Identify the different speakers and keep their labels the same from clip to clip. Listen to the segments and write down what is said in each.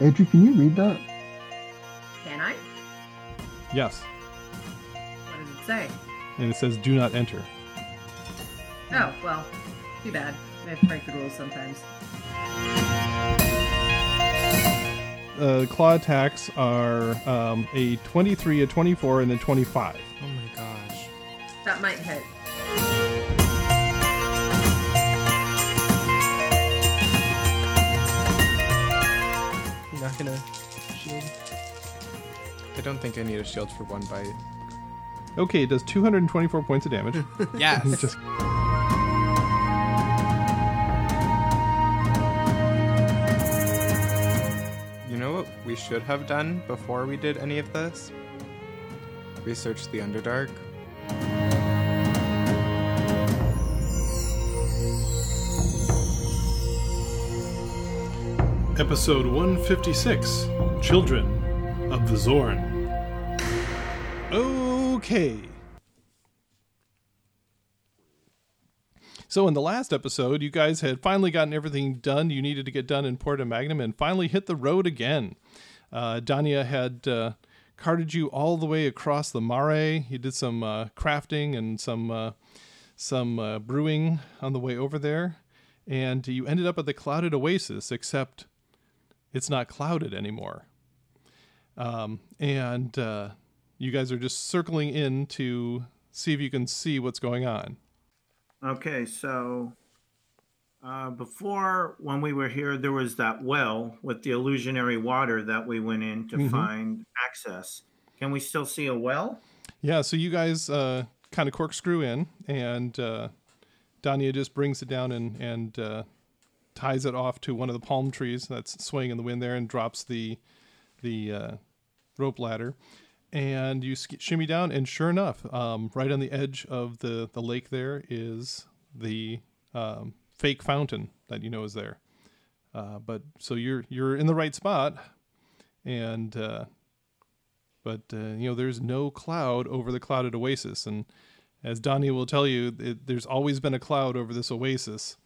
Speaker 1: Andrew, can you read that?
Speaker 2: Can I?
Speaker 3: Yes.
Speaker 2: What does it say?
Speaker 3: And it says, do not enter.
Speaker 2: Oh, well, too bad. I have to break the rules sometimes.
Speaker 3: Uh, claw attacks are um, a 23, a 24, and a 25.
Speaker 4: Oh my gosh.
Speaker 2: That might hit.
Speaker 4: You're not gonna shield.
Speaker 5: I don't think I need a shield for one bite.
Speaker 3: Okay, it does 224 points of damage.
Speaker 4: Yes.
Speaker 3: Just-
Speaker 5: You know what we should have done before we did any of this? Research the Underdark.
Speaker 6: Episode 156 Children of the Zorn.
Speaker 3: Okay. So in the last episode, you guys had finally gotten everything done you needed to get done in Porta Magnum and finally hit the road again. Uh, Dania had uh, carted you all the way across the mare. You did some uh, crafting and some uh, some uh, brewing on the way over there, and you ended up at the Clouded Oasis, except it's not clouded anymore. Um, and uh, you guys are just circling in to see if you can see what's going on.
Speaker 7: Okay, so uh, before when we were here, there was that well with the illusionary water that we went in
Speaker 5: Mm-hmm.
Speaker 7: to find access. Can we still see a well?
Speaker 3: Yeah, so you guys uh, kind of corkscrew in, and uh, Dania just brings it down and and uh, ties it off to one of the palm trees that's swaying in the wind there, and drops the the uh, rope ladder, and you sk- shimmy down, and sure enough, um, right on the edge of the the lake there is the um, fake fountain that you know is there. Uh, but so you're you're in the right spot, and uh, but uh, you know there's no cloud over the clouded oasis and as donnie will tell you it, there's always been a cloud over this oasis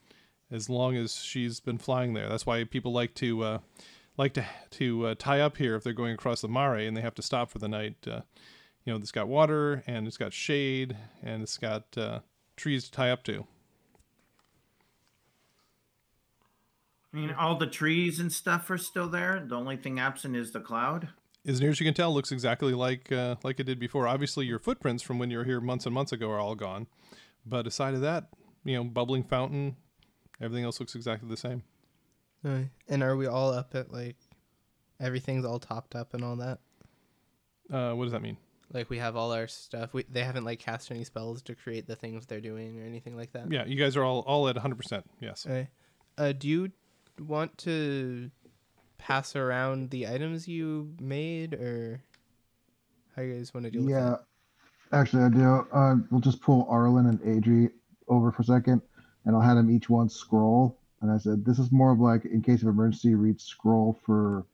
Speaker 3: as long as she's been flying there that's why people like to uh, like to to uh, tie up here if they're going across the mare and they have to stop for the night uh, you know it's got water and it's got shade and it's got uh, trees to tie up to
Speaker 7: I mean, all the trees and stuff are still there. The only thing absent is the cloud.
Speaker 3: as near as you can tell looks exactly like uh, like it did before obviously your footprints from when you were here months and months ago are all gone but aside of that you know bubbling fountain everything else looks exactly the same
Speaker 4: Uh, and are we all up at like everything's all topped up and all that?
Speaker 3: Uh, what does that mean?
Speaker 4: Like we have all our stuff. We they haven't like cast any spells to create the things they're doing or anything like that.
Speaker 3: Yeah, you guys are all, all at 100%. Yes.
Speaker 4: Okay. Uh, do you want to pass around the items you made, or how you guys want to deal with
Speaker 1: Yeah,
Speaker 4: that?
Speaker 1: actually, I do. Uh, we'll just pull Arlen and Adri over for a second, and I'll have them each one scroll. And I said, this is more of like in case of emergency, read scroll for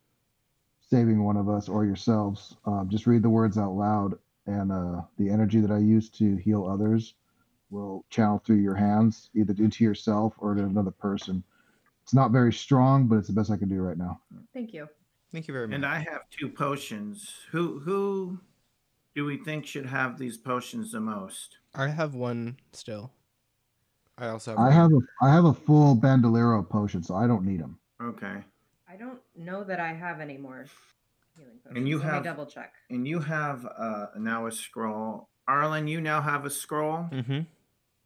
Speaker 1: saving one of us or yourselves. Um, just read the words out loud, and uh, the energy that I use to heal others will channel through your hands, either into yourself or to another person. It's not very strong, but it's the best I can do right now.
Speaker 2: Thank you.
Speaker 5: Thank you very much.
Speaker 7: And I have two potions. Who who do we think should have these potions the most?
Speaker 4: I have one still.
Speaker 5: I also have.
Speaker 1: I have a I have a full bandolero potion, so I don't need them.
Speaker 7: Okay.
Speaker 2: I don't know that I have any more healing potions.
Speaker 7: you
Speaker 2: Let me
Speaker 7: have-
Speaker 2: double check.
Speaker 7: And you have uh, now a scroll. Arlen, you now have a scroll,
Speaker 5: Mm-hmm.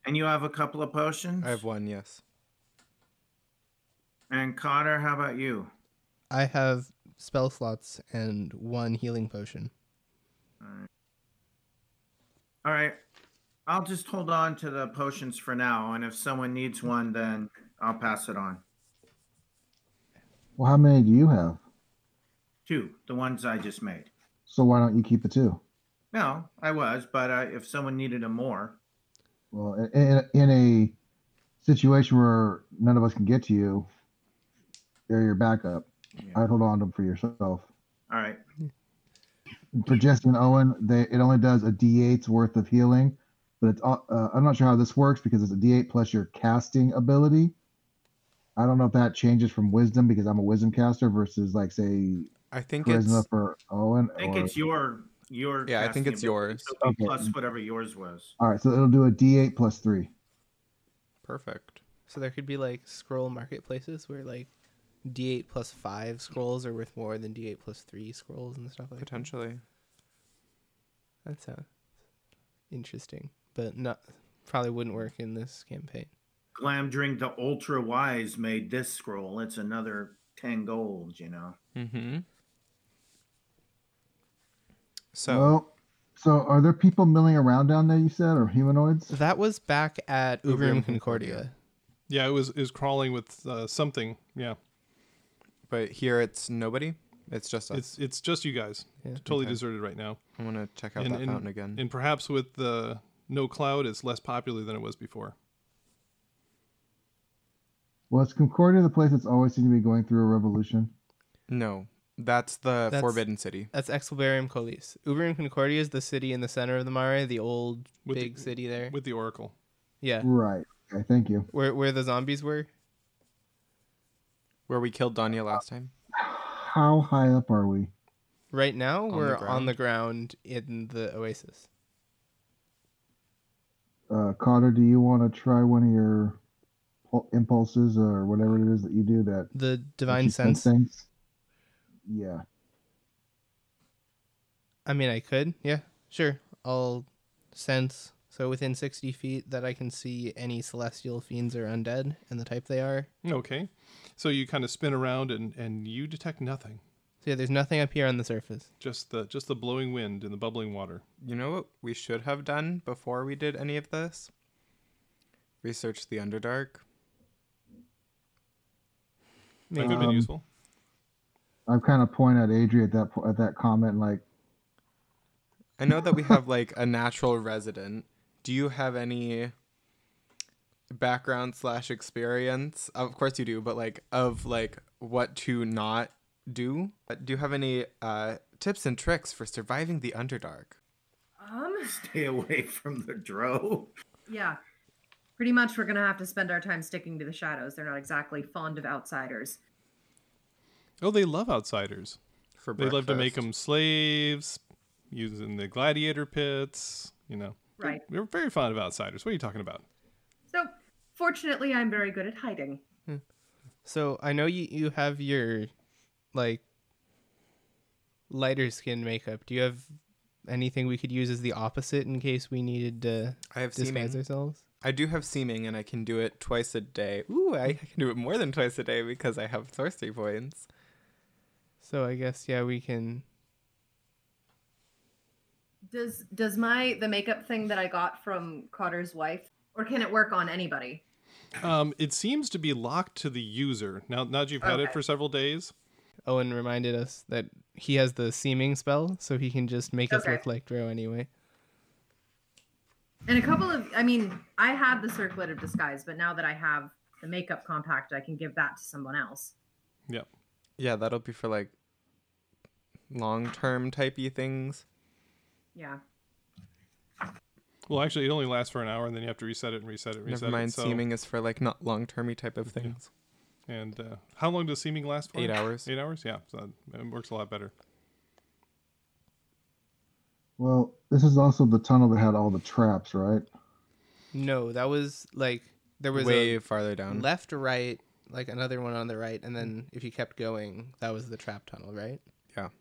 Speaker 7: and you have a couple of potions.
Speaker 5: I have one. Yes.
Speaker 7: And Connor, how about you?
Speaker 4: I have spell slots and one healing potion.
Speaker 7: All right. I'll just hold on to the potions for now, and if someone needs one, then I'll pass it on.
Speaker 1: Well, how many do you have?
Speaker 7: Two, the ones I just made.
Speaker 1: So why don't you keep the two?
Speaker 7: No, I was, but uh, if someone needed a more,
Speaker 1: Well, in, in a situation where none of us can get to you, they're your backup. I'd hold on to them for yourself.
Speaker 7: All right.
Speaker 1: For Jesse and Owen, they it only does a D8's worth of healing, but it's uh, uh, I'm not sure how this works because it's a D8 plus your casting ability. I don't know if that changes from wisdom because I'm a wisdom caster versus like say
Speaker 5: I think
Speaker 1: charisma
Speaker 5: it's
Speaker 1: for Owen.
Speaker 7: I think
Speaker 1: or-
Speaker 7: it's your your.
Speaker 5: yeah. I think
Speaker 7: casting
Speaker 5: it's
Speaker 7: ability,
Speaker 5: yours.
Speaker 7: so it'd be
Speaker 1: Okay.
Speaker 7: Plus whatever yours was.
Speaker 1: all right, so it'll do a D8 plus three.
Speaker 5: Perfect.
Speaker 4: So there could be like scroll marketplaces where like D8 plus five scrolls are worth more than D8 plus three scrolls and stuff like that.
Speaker 5: Potentially.
Speaker 4: That sounds interesting, but not probably wouldn't work in this campaign.
Speaker 7: Glamdring the ultra wise made this scroll. It's another ten gold. You know.
Speaker 5: Mm-hmm. So
Speaker 1: Well, so are there people milling around down there? You said or humanoids?
Speaker 4: That was back at Ubrium Concordia.
Speaker 3: Yeah, it was is crawling with uh, something. Yeah,
Speaker 5: but here it's nobody. It's just us.
Speaker 3: it's it's just you guys.
Speaker 4: Yeah.
Speaker 3: totally
Speaker 5: Okay.
Speaker 3: deserted right now.
Speaker 5: I want to check out
Speaker 3: And-
Speaker 5: that
Speaker 3: and-
Speaker 5: fountain again.
Speaker 3: And perhaps with the no cloud, it's less popular than it was before.
Speaker 1: Well, it's Concordia, the place that's always seemed to be going through a revolution.
Speaker 5: no, that's the
Speaker 4: That's-
Speaker 5: Forbidden City.
Speaker 4: That's Exalbarium Colis. Ubrium Concordia is the city in the center of the Mare, the old
Speaker 3: With the-
Speaker 4: big city there.
Speaker 3: With the Oracle,
Speaker 4: yeah,
Speaker 1: Right. Okay. Thank you.
Speaker 4: where where the zombies were.
Speaker 5: Where we killed Danya last time.
Speaker 1: How high up are we?
Speaker 4: Right now,
Speaker 5: the
Speaker 4: we're on the ground in the oasis.
Speaker 1: Uh, Cotter, do you want to try one of your pul- impulses or whatever it is that you do that?
Speaker 4: The
Speaker 1: that
Speaker 4: divine
Speaker 1: you sense
Speaker 4: sense.
Speaker 1: things? Yeah.
Speaker 4: I mean, I could. Yeah, sure. I'll sense. So within 60 feet, that I can see any celestial fiends or undead and the type they are.
Speaker 3: okay. So you kind of spin around and and you detect nothing.
Speaker 4: So yeah, there's nothing up here on the surface.
Speaker 3: Just the just the blowing wind and the bubbling water.
Speaker 5: You know what we should have done before we did any of this? Research the Underdark.
Speaker 3: That could have
Speaker 1: Um,
Speaker 3: been useful.
Speaker 1: I've kind of point at Adri at that po- at that comment, like
Speaker 5: I know that we have like a natural resident. Do you have any background slash experience? Of course you do, but like of like what to not do. Uh, Do you have any uh, tips and tricks for surviving the Underdark?
Speaker 2: Um,
Speaker 7: Stay away from the dro.
Speaker 2: yeah. Pretty much, we're gonna have to spend our time sticking to the shadows. They're not exactly fond of outsiders.
Speaker 3: Oh, they love outsiders.
Speaker 5: For
Speaker 3: They love to make
Speaker 5: breakfast?
Speaker 3: them slaves, using the gladiator pits. You know,
Speaker 2: Right.
Speaker 3: we were very fond of outsiders. What are you talking about?
Speaker 2: So, fortunately, I'm very good at hiding.
Speaker 4: So I know you, you have your like lighter skin makeup. Do you have anything we could use as the opposite in case we needed to
Speaker 5: I have
Speaker 4: disguise
Speaker 5: seeming.
Speaker 4: ourselves?
Speaker 5: I do have seeming, and I can do it twice a day. Ooh, I I can do it more than twice a day because I have sorcery points.
Speaker 4: So I guess yeah, we can.
Speaker 2: Does does my the makeup thing that I got from Cotter's wife, or can it work on anybody?
Speaker 3: Um, it seems to be locked to the user now. Now that you've had it
Speaker 2: Okay.
Speaker 3: for several days,
Speaker 4: Owen reminded us that he has the seeming spell, so he can just make us
Speaker 2: Okay.
Speaker 4: look like Dro anyway.
Speaker 2: And a couple of, I mean, I had the circlet of disguise, but now that I have the makeup compact, I can give that to someone else.
Speaker 5: Yeah, that'll be for like long term typey things.
Speaker 2: Yeah.
Speaker 3: well, actually, it only lasts for an hour, and then you have to reset it and reset it. And reset
Speaker 5: Never mind,
Speaker 3: It, so,
Speaker 5: seeming is for like not long termy type of things.
Speaker 3: And uh, how long does seeming last for?
Speaker 5: Eight hours.
Speaker 3: Eight hours. Yeah, so it works a lot better.
Speaker 1: well, this is also the tunnel that had all the traps, right?
Speaker 4: No, that was like there was
Speaker 5: Way
Speaker 4: a
Speaker 5: farther down.
Speaker 4: left, right, like another one on the right, and then if you kept going, that was the trap tunnel, right?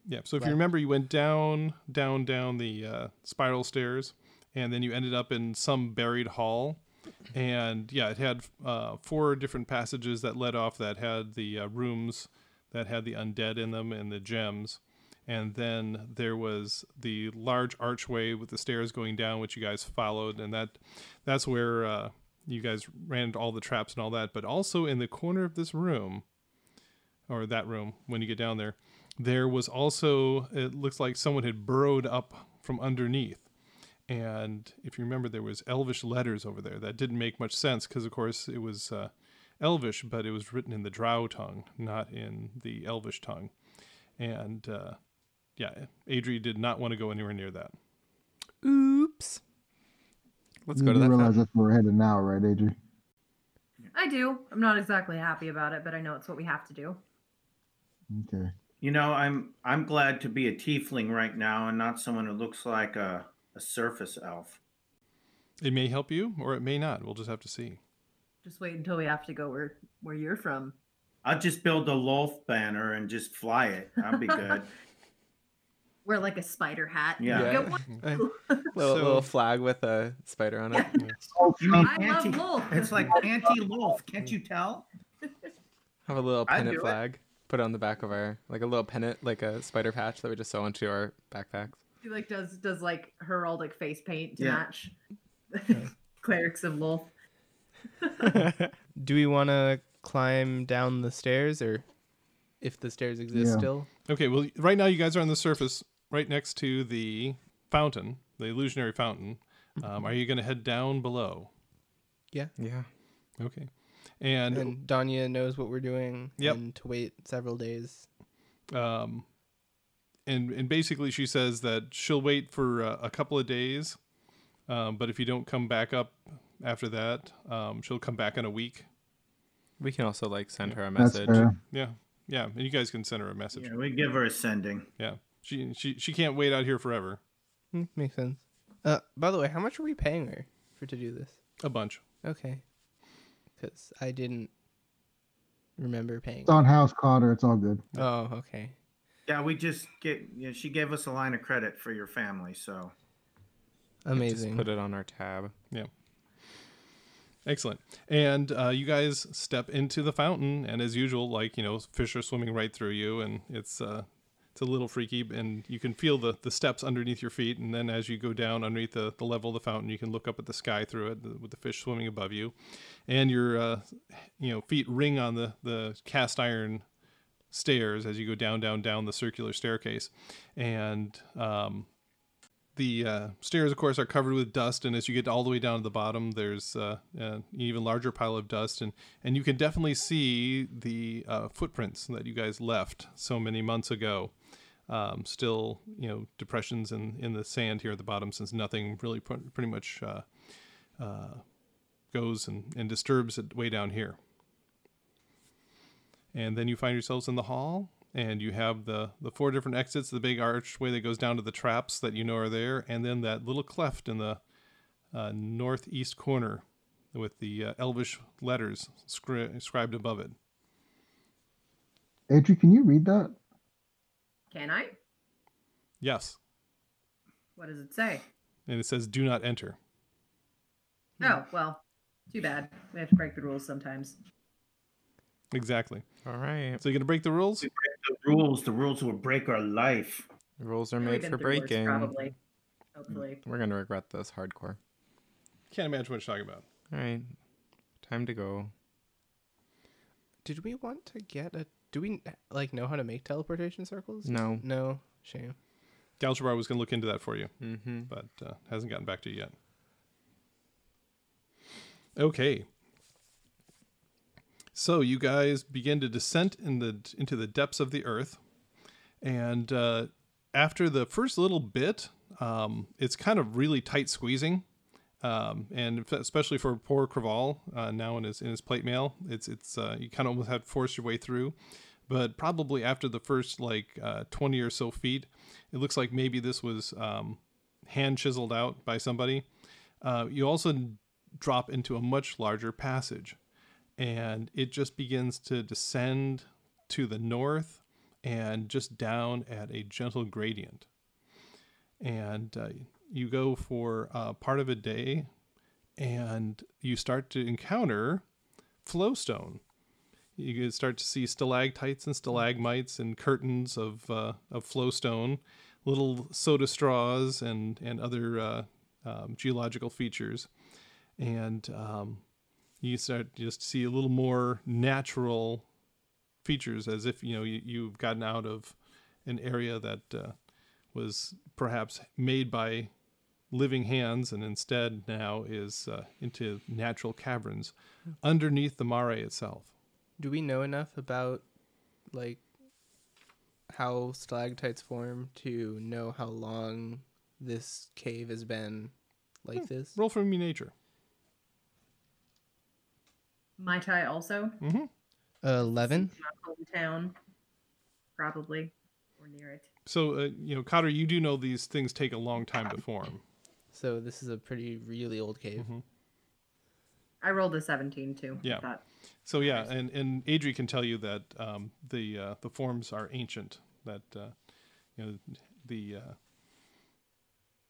Speaker 3: Yeah. So if
Speaker 4: Right.
Speaker 3: you remember, you went down, down, down the uh, spiral stairs, and then you ended up in some buried hall. And yeah, it had uh, four different passages that led off that had the uh, rooms that had the undead in them and the gems. And then there was the large archway with the stairs going down, which you guys followed, and that that's where uh, you guys ran into all the traps and all that. But also in the corner of this room, or that room when you get down there there was also it looks like someone had burrowed up from underneath and if you remember, there was Elvish letters over there that didn't make much sense because, of course, it was uh, Elvish, but it was written in the Drow tongue, not in the Elvish tongue. And uh, yeah, Adri did not want to go anywhere near that.
Speaker 4: Oops.
Speaker 5: Let's
Speaker 1: you
Speaker 5: go to
Speaker 1: do
Speaker 5: that.
Speaker 1: realize
Speaker 5: town.
Speaker 1: that's where we're headed now, right, Adri?
Speaker 2: I do. I'm not exactly happy about it, but I know it's what we have to do.
Speaker 1: Okay.
Speaker 7: You know, I'm I'm glad to be a tiefling right now and not someone who looks like a, a surface elf.
Speaker 3: It may help you, or it may not. We'll just have to see.
Speaker 2: Just wait until we have to go where where you're from.
Speaker 7: I'll just build a loaf banner and just fly it. I'll be good.
Speaker 2: Wear like a spider hat.
Speaker 7: Yeah.
Speaker 2: Like,
Speaker 5: Yeah.
Speaker 2: "What-
Speaker 5: A little,
Speaker 4: So-
Speaker 5: little flag with a spider on it.
Speaker 7: You mean
Speaker 2: I love loaf.
Speaker 7: It's like anti loaf. Can't you tell?
Speaker 5: Have a little
Speaker 7: I'd
Speaker 5: pennant
Speaker 7: do it.
Speaker 5: flag. Put it on the back of our like a little pennant, like a spider patch that we just sew onto our backpacks.
Speaker 2: She like does does like heraldic face paint to
Speaker 7: Yeah.
Speaker 2: match clerics of loaf.
Speaker 4: Do we want to climb down the stairs, or if the stairs exist
Speaker 1: Yeah.
Speaker 4: still?
Speaker 3: Okay, well, right now you guys are on the surface, right next to the fountain, the illusionary fountain. Um, are you going to head down below?
Speaker 5: Yeah.
Speaker 3: Okay. And,
Speaker 4: And Danya knows what we're doing.
Speaker 3: Yep.
Speaker 4: And to wait several days.
Speaker 3: um, and and basically she says that she'll wait for uh, a couple of days, um, but if you don't come back up after that, um, she'll come back in a week.
Speaker 5: We can also like send her a
Speaker 1: That's
Speaker 5: message.
Speaker 1: fair.
Speaker 3: Yeah, yeah, and you guys can send her a message.
Speaker 7: Yeah,
Speaker 3: Yeah,
Speaker 7: we give her a sending.
Speaker 3: she she she can't wait out here forever.
Speaker 4: Hmm, makes sense. Uh, by the way, how much are we paying her for to do this?
Speaker 3: A bunch.
Speaker 4: Okay. Because I didn't remember paying.
Speaker 5: Oh.
Speaker 1: It's on House Cotter. It's all good.
Speaker 4: Oh, okay.
Speaker 7: Yeah, we just get. You know, she gave us a line of credit for your family, so
Speaker 5: Just
Speaker 4: Amazing.
Speaker 5: put it on our tab.
Speaker 3: Excellent. And uh, you guys step into the fountain, and as usual, like you know, fish are swimming right through you, and it's uh, it's a little freaky, and you can feel the the steps underneath your feet. And then as you go down underneath the, the level of the fountain, you can look up at the sky through it with the fish swimming above you, and your uh, you know feet ring on the the cast iron stairs as you go down, down, down the circular staircase, and um, the uh, stairs, of course, are covered with dust, and as you get all the way down to the bottom, there's uh, an even larger pile of dust, and and you can definitely see the uh, footprints that you guys left so many months ago. Um, still, you know, depressions in in the sand here at the bottom, since nothing really pr- pretty much uh, uh, goes and, and disturbs it way down here. And then you find yourselves in the hall, and you have the, the four different exits, the big archway that goes down to the traps that you know are there, and then that little cleft in the uh, northeast corner with the uh, elvish letters scri- inscribed above it.
Speaker 1: Adri, can you read that?
Speaker 2: Can I?
Speaker 3: Yes.
Speaker 2: What does it say?
Speaker 3: And it says, do not enter.
Speaker 2: Oh well, too bad. We have to break the rules sometimes.
Speaker 3: Exactly.
Speaker 5: All right.
Speaker 3: So you're going to break the rules?
Speaker 7: the rules. The rules will break our life.
Speaker 5: Rules are
Speaker 2: We've
Speaker 5: made
Speaker 2: been
Speaker 5: for
Speaker 2: through worse,
Speaker 5: breaking.
Speaker 2: probably. Hopefully.
Speaker 5: We're gonna regret this hardcore.
Speaker 3: Can't imagine what you're talking about.
Speaker 5: All right. Time to go.
Speaker 4: Did we want to get a? Do we like know how to make teleportation circles?
Speaker 5: No.
Speaker 4: No. Shame.
Speaker 3: Galchabar was going to look into that for you.
Speaker 5: Mm-hmm.
Speaker 3: but uh, hasn't gotten back to you yet. Okay. So you guys begin to descend in the into the depths of the earth, and uh, after the first little bit, um, it's kind of really tight squeezing, um, and f- especially for poor Craval uh, now in his in his plate mail, it's it's uh, you kind of almost have to force your way through. But probably after the first like uh, twenty or so feet, it looks like maybe this was um, hand chiseled out by somebody. Uh, you also drop into a much larger passage, and it just begins to descend to the north and just down at a gentle gradient. And uh, you go for uh, part of a day, and you start to encounter flowstone. You can start to see stalactites and stalagmites and curtains of uh, of flowstone little soda straws and and other uh, um, geological features, and um, you start to just see a little more natural features as if you know you, you've gotten out of an area that uh, was perhaps made by living hands and instead now is uh, into natural caverns underneath the mare itself.
Speaker 4: Do we know enough about like how stalactites form to know how long this cave has been like
Speaker 5: Hmm.
Speaker 4: this?
Speaker 3: Roll for me nature.
Speaker 2: Mai Tai also.
Speaker 3: Mm-hmm.
Speaker 4: Eleven.
Speaker 2: My hometown, probably, or near it.
Speaker 3: So, uh, you know, Cotter, you do know these things take a long time to form.
Speaker 4: So this is a pretty really old cave.
Speaker 5: Mm-hmm.
Speaker 2: I rolled a 17 too.
Speaker 3: Yeah.
Speaker 2: That-
Speaker 3: So yeah, and and Adri can tell you that um, the uh, the forms are ancient. That uh, you know the uh,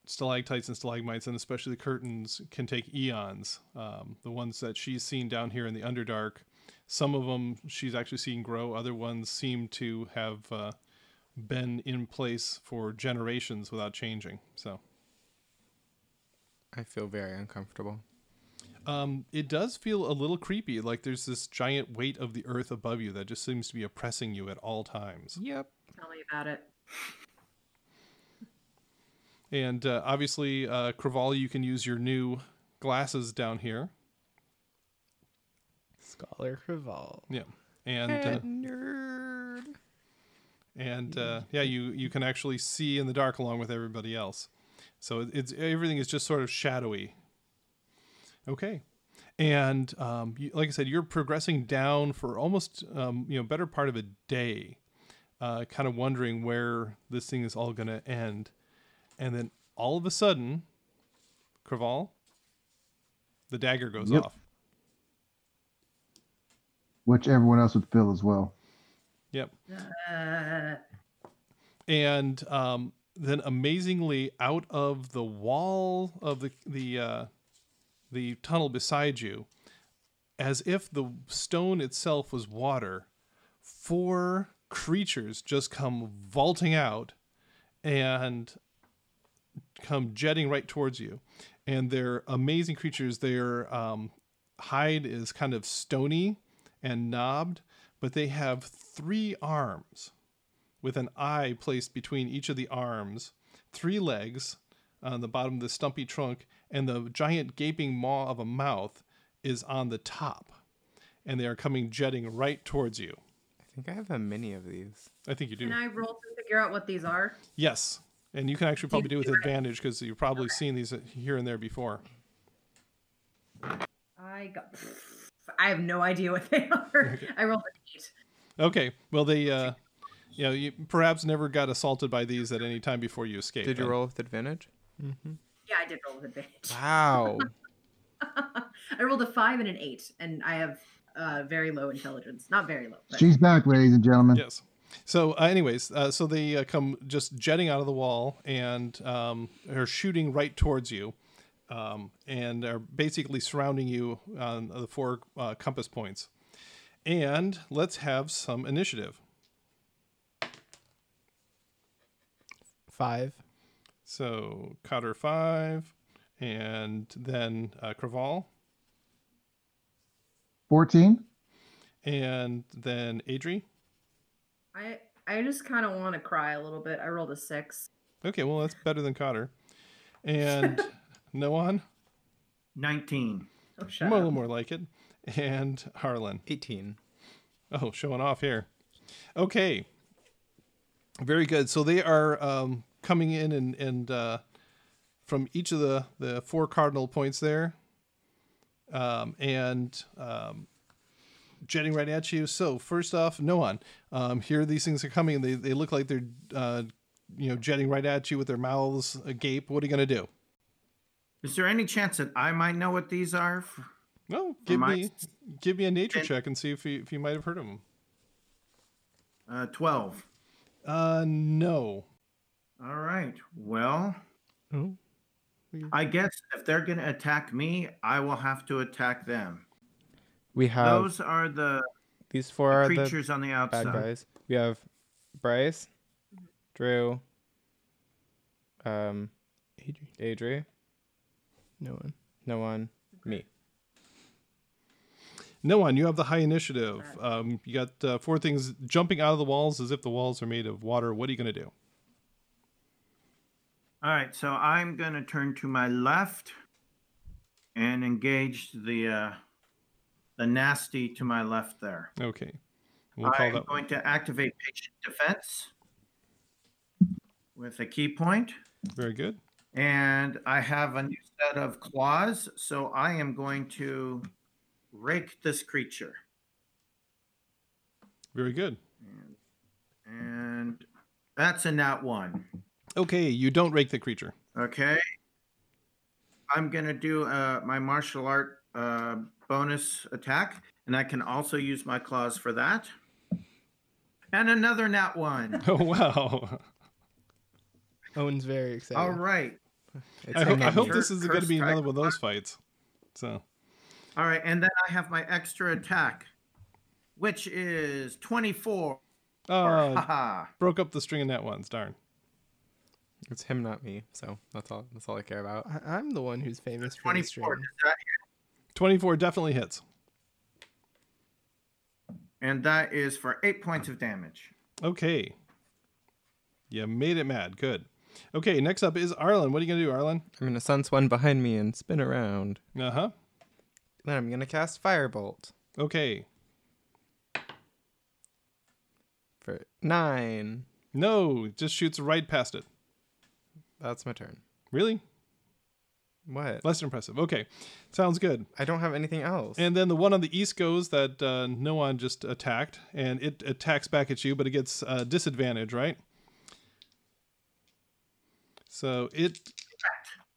Speaker 3: stalactites and stalagmites, and especially the curtains, can take eons. Um, the ones that she's seen down here in the Underdark, some of them she's actually seen grow. Other ones seem to have uh, been in place for generations without changing. So.
Speaker 5: I feel very uncomfortable.
Speaker 3: Um, it does feel a little creepy. Like there's this giant weight of the earth above you that just seems to be oppressing you at all times.
Speaker 5: Yep.
Speaker 2: Tell me about it.
Speaker 3: And uh, obviously, uh, Craval, you can use your new glasses down here.
Speaker 4: Scholar Craval.
Speaker 3: Yeah, and uh,
Speaker 5: Nerd.
Speaker 3: and uh, yeah, you you can actually see in the dark along with everybody else. So it- it's everything is just sort of shadowy. Okay, and um, you, like I said, you're progressing down for almost um, you know better part of a day, uh, kind of wondering where this thing is all going to end, and then all of a sudden, Craval, the dagger goes
Speaker 1: Yep.
Speaker 3: off.
Speaker 1: which everyone else would feel as well.
Speaker 3: Yep.
Speaker 2: Uh,
Speaker 3: and um, then amazingly out of the wall of the the uh, the tunnel beside you, as if the stone itself was water, four creatures just come vaulting out and come jetting right towards you, and they're amazing creatures. Their um, hide is kind of stony and knobbed, but they have three arms with an eye placed between each of the arms, three legs on the bottom of the stumpy trunk, and the giant gaping maw of a mouth is on the top. And they are coming jetting right towards you.
Speaker 5: I think I have a mini of these.
Speaker 3: I think you do.
Speaker 2: can I roll to figure out what these are?
Speaker 3: yes. And you can actually probably do with advantage because you've probably seen these uh, here and there before.
Speaker 2: I got. I have no idea what they are. I rolled an eight.
Speaker 3: Okay. Well, they, uh, you know, you perhaps never got assaulted by these at any time before you escaped.
Speaker 5: Did you
Speaker 3: then.
Speaker 5: roll with advantage?
Speaker 2: Yeah, I did roll with advantage.
Speaker 5: Wow.
Speaker 2: I rolled a five and an eight, and I have uh, very low intelligence. Not very low. But
Speaker 1: She's back, ladies and gentlemen.
Speaker 3: Yes. So, uh, anyways, uh, so they uh, come just jetting out of the wall and um, are shooting right towards you, um, and are basically surrounding you on the four uh, compass points. And let's have some initiative.
Speaker 4: Five.
Speaker 3: So Cotter five, and then uh, Craval,
Speaker 1: 14?
Speaker 3: and then Adri.
Speaker 2: I I just kind of want to cry a little bit. I rolled a six.
Speaker 3: Okay, well that's better than Cotter, and no one.
Speaker 7: 19.
Speaker 2: Oh,
Speaker 3: A
Speaker 2: shut
Speaker 3: little
Speaker 2: up.
Speaker 3: more like it, and Harlan.
Speaker 5: 18.
Speaker 3: Oh, showing off here. Okay. Very good. So they are um, coming in and, and uh, from each of the, the four cardinal points there um, and um, jetting right at you. So first off, no one. Um, here these things are coming. They, they look like they're, uh, you know, jetting right at you with their mouths agape. What are you going to do?
Speaker 7: Is there any chance that I might know what these are? F-
Speaker 3: Well, give
Speaker 7: my-
Speaker 3: me give me a nature
Speaker 7: And-
Speaker 3: check and see if you, if you might have heard of them.
Speaker 7: Uh, 12.
Speaker 3: Uh, no.
Speaker 7: All right. Well,
Speaker 4: Oh.
Speaker 7: I guess if they're going to attack me, I will have to attack them.
Speaker 4: We have
Speaker 7: Those are the
Speaker 4: these four Uh, are the
Speaker 7: creatures on the
Speaker 4: bad
Speaker 7: outside.
Speaker 4: guys. We have Bryce, Drew, um, Adri. Adri. No one.
Speaker 5: No one. Me.
Speaker 3: No one. You have the high initiative. Um, you got uh, four things jumping out of the walls as if the walls are made of water. What are you going to do?
Speaker 7: All right, so I'm gonna turn to my left and engage the uh, the nasty to my left there.
Speaker 3: Okay. We'll call
Speaker 7: I'm
Speaker 3: that.
Speaker 7: going to activate patient defense with a key point,
Speaker 3: Very good.
Speaker 7: and I have a new
Speaker 3: Mm-hmm.
Speaker 7: set of claws, so I am going to rake this creature.
Speaker 3: Very good.
Speaker 7: And that's a nat one.
Speaker 3: Okay, you don't rake the creature.
Speaker 7: Okay. I'm gonna do uh, my martial art uh, bonus attack, and I can also use my claws for that. And another nat one.
Speaker 3: Oh wow!
Speaker 4: Owen's very excited.
Speaker 7: All right,
Speaker 3: I, hope, I
Speaker 7: okay.
Speaker 3: hope this
Speaker 7: Cur-
Speaker 3: is going to
Speaker 7: curse
Speaker 3: be another
Speaker 7: strike.
Speaker 3: one of those fights. So
Speaker 7: all right, and then I have my extra attack, which is twenty-four.
Speaker 3: uh,
Speaker 7: Haha.
Speaker 3: broke up the string in that one's darn.
Speaker 5: It's him, not me. So that's all. That's all I care about.
Speaker 4: I- I'm the one who's famous for the stream.
Speaker 7: Twenty-four. Does that hit?
Speaker 3: Twenty-four definitely hits.
Speaker 7: And that is for eight points of damage.
Speaker 3: Okay, you made it mad. Good. Okay, next up is Arlen. What are you going to do, Arlen?
Speaker 5: I'm gonna sense one behind me and spin around.
Speaker 3: Uh huh.
Speaker 5: Then I'm gonna cast Firebolt
Speaker 3: Okay.
Speaker 5: for nine.
Speaker 3: No, just shoots right past it.
Speaker 5: That's my turn.
Speaker 3: Really?
Speaker 5: What?
Speaker 3: Less impressive. Okay, sounds good.
Speaker 5: I don't have anything else.
Speaker 3: And then the one on the east goes that uh, no one just attacked, and it attacks back at you, but it gets uh, disadvantage, right? So it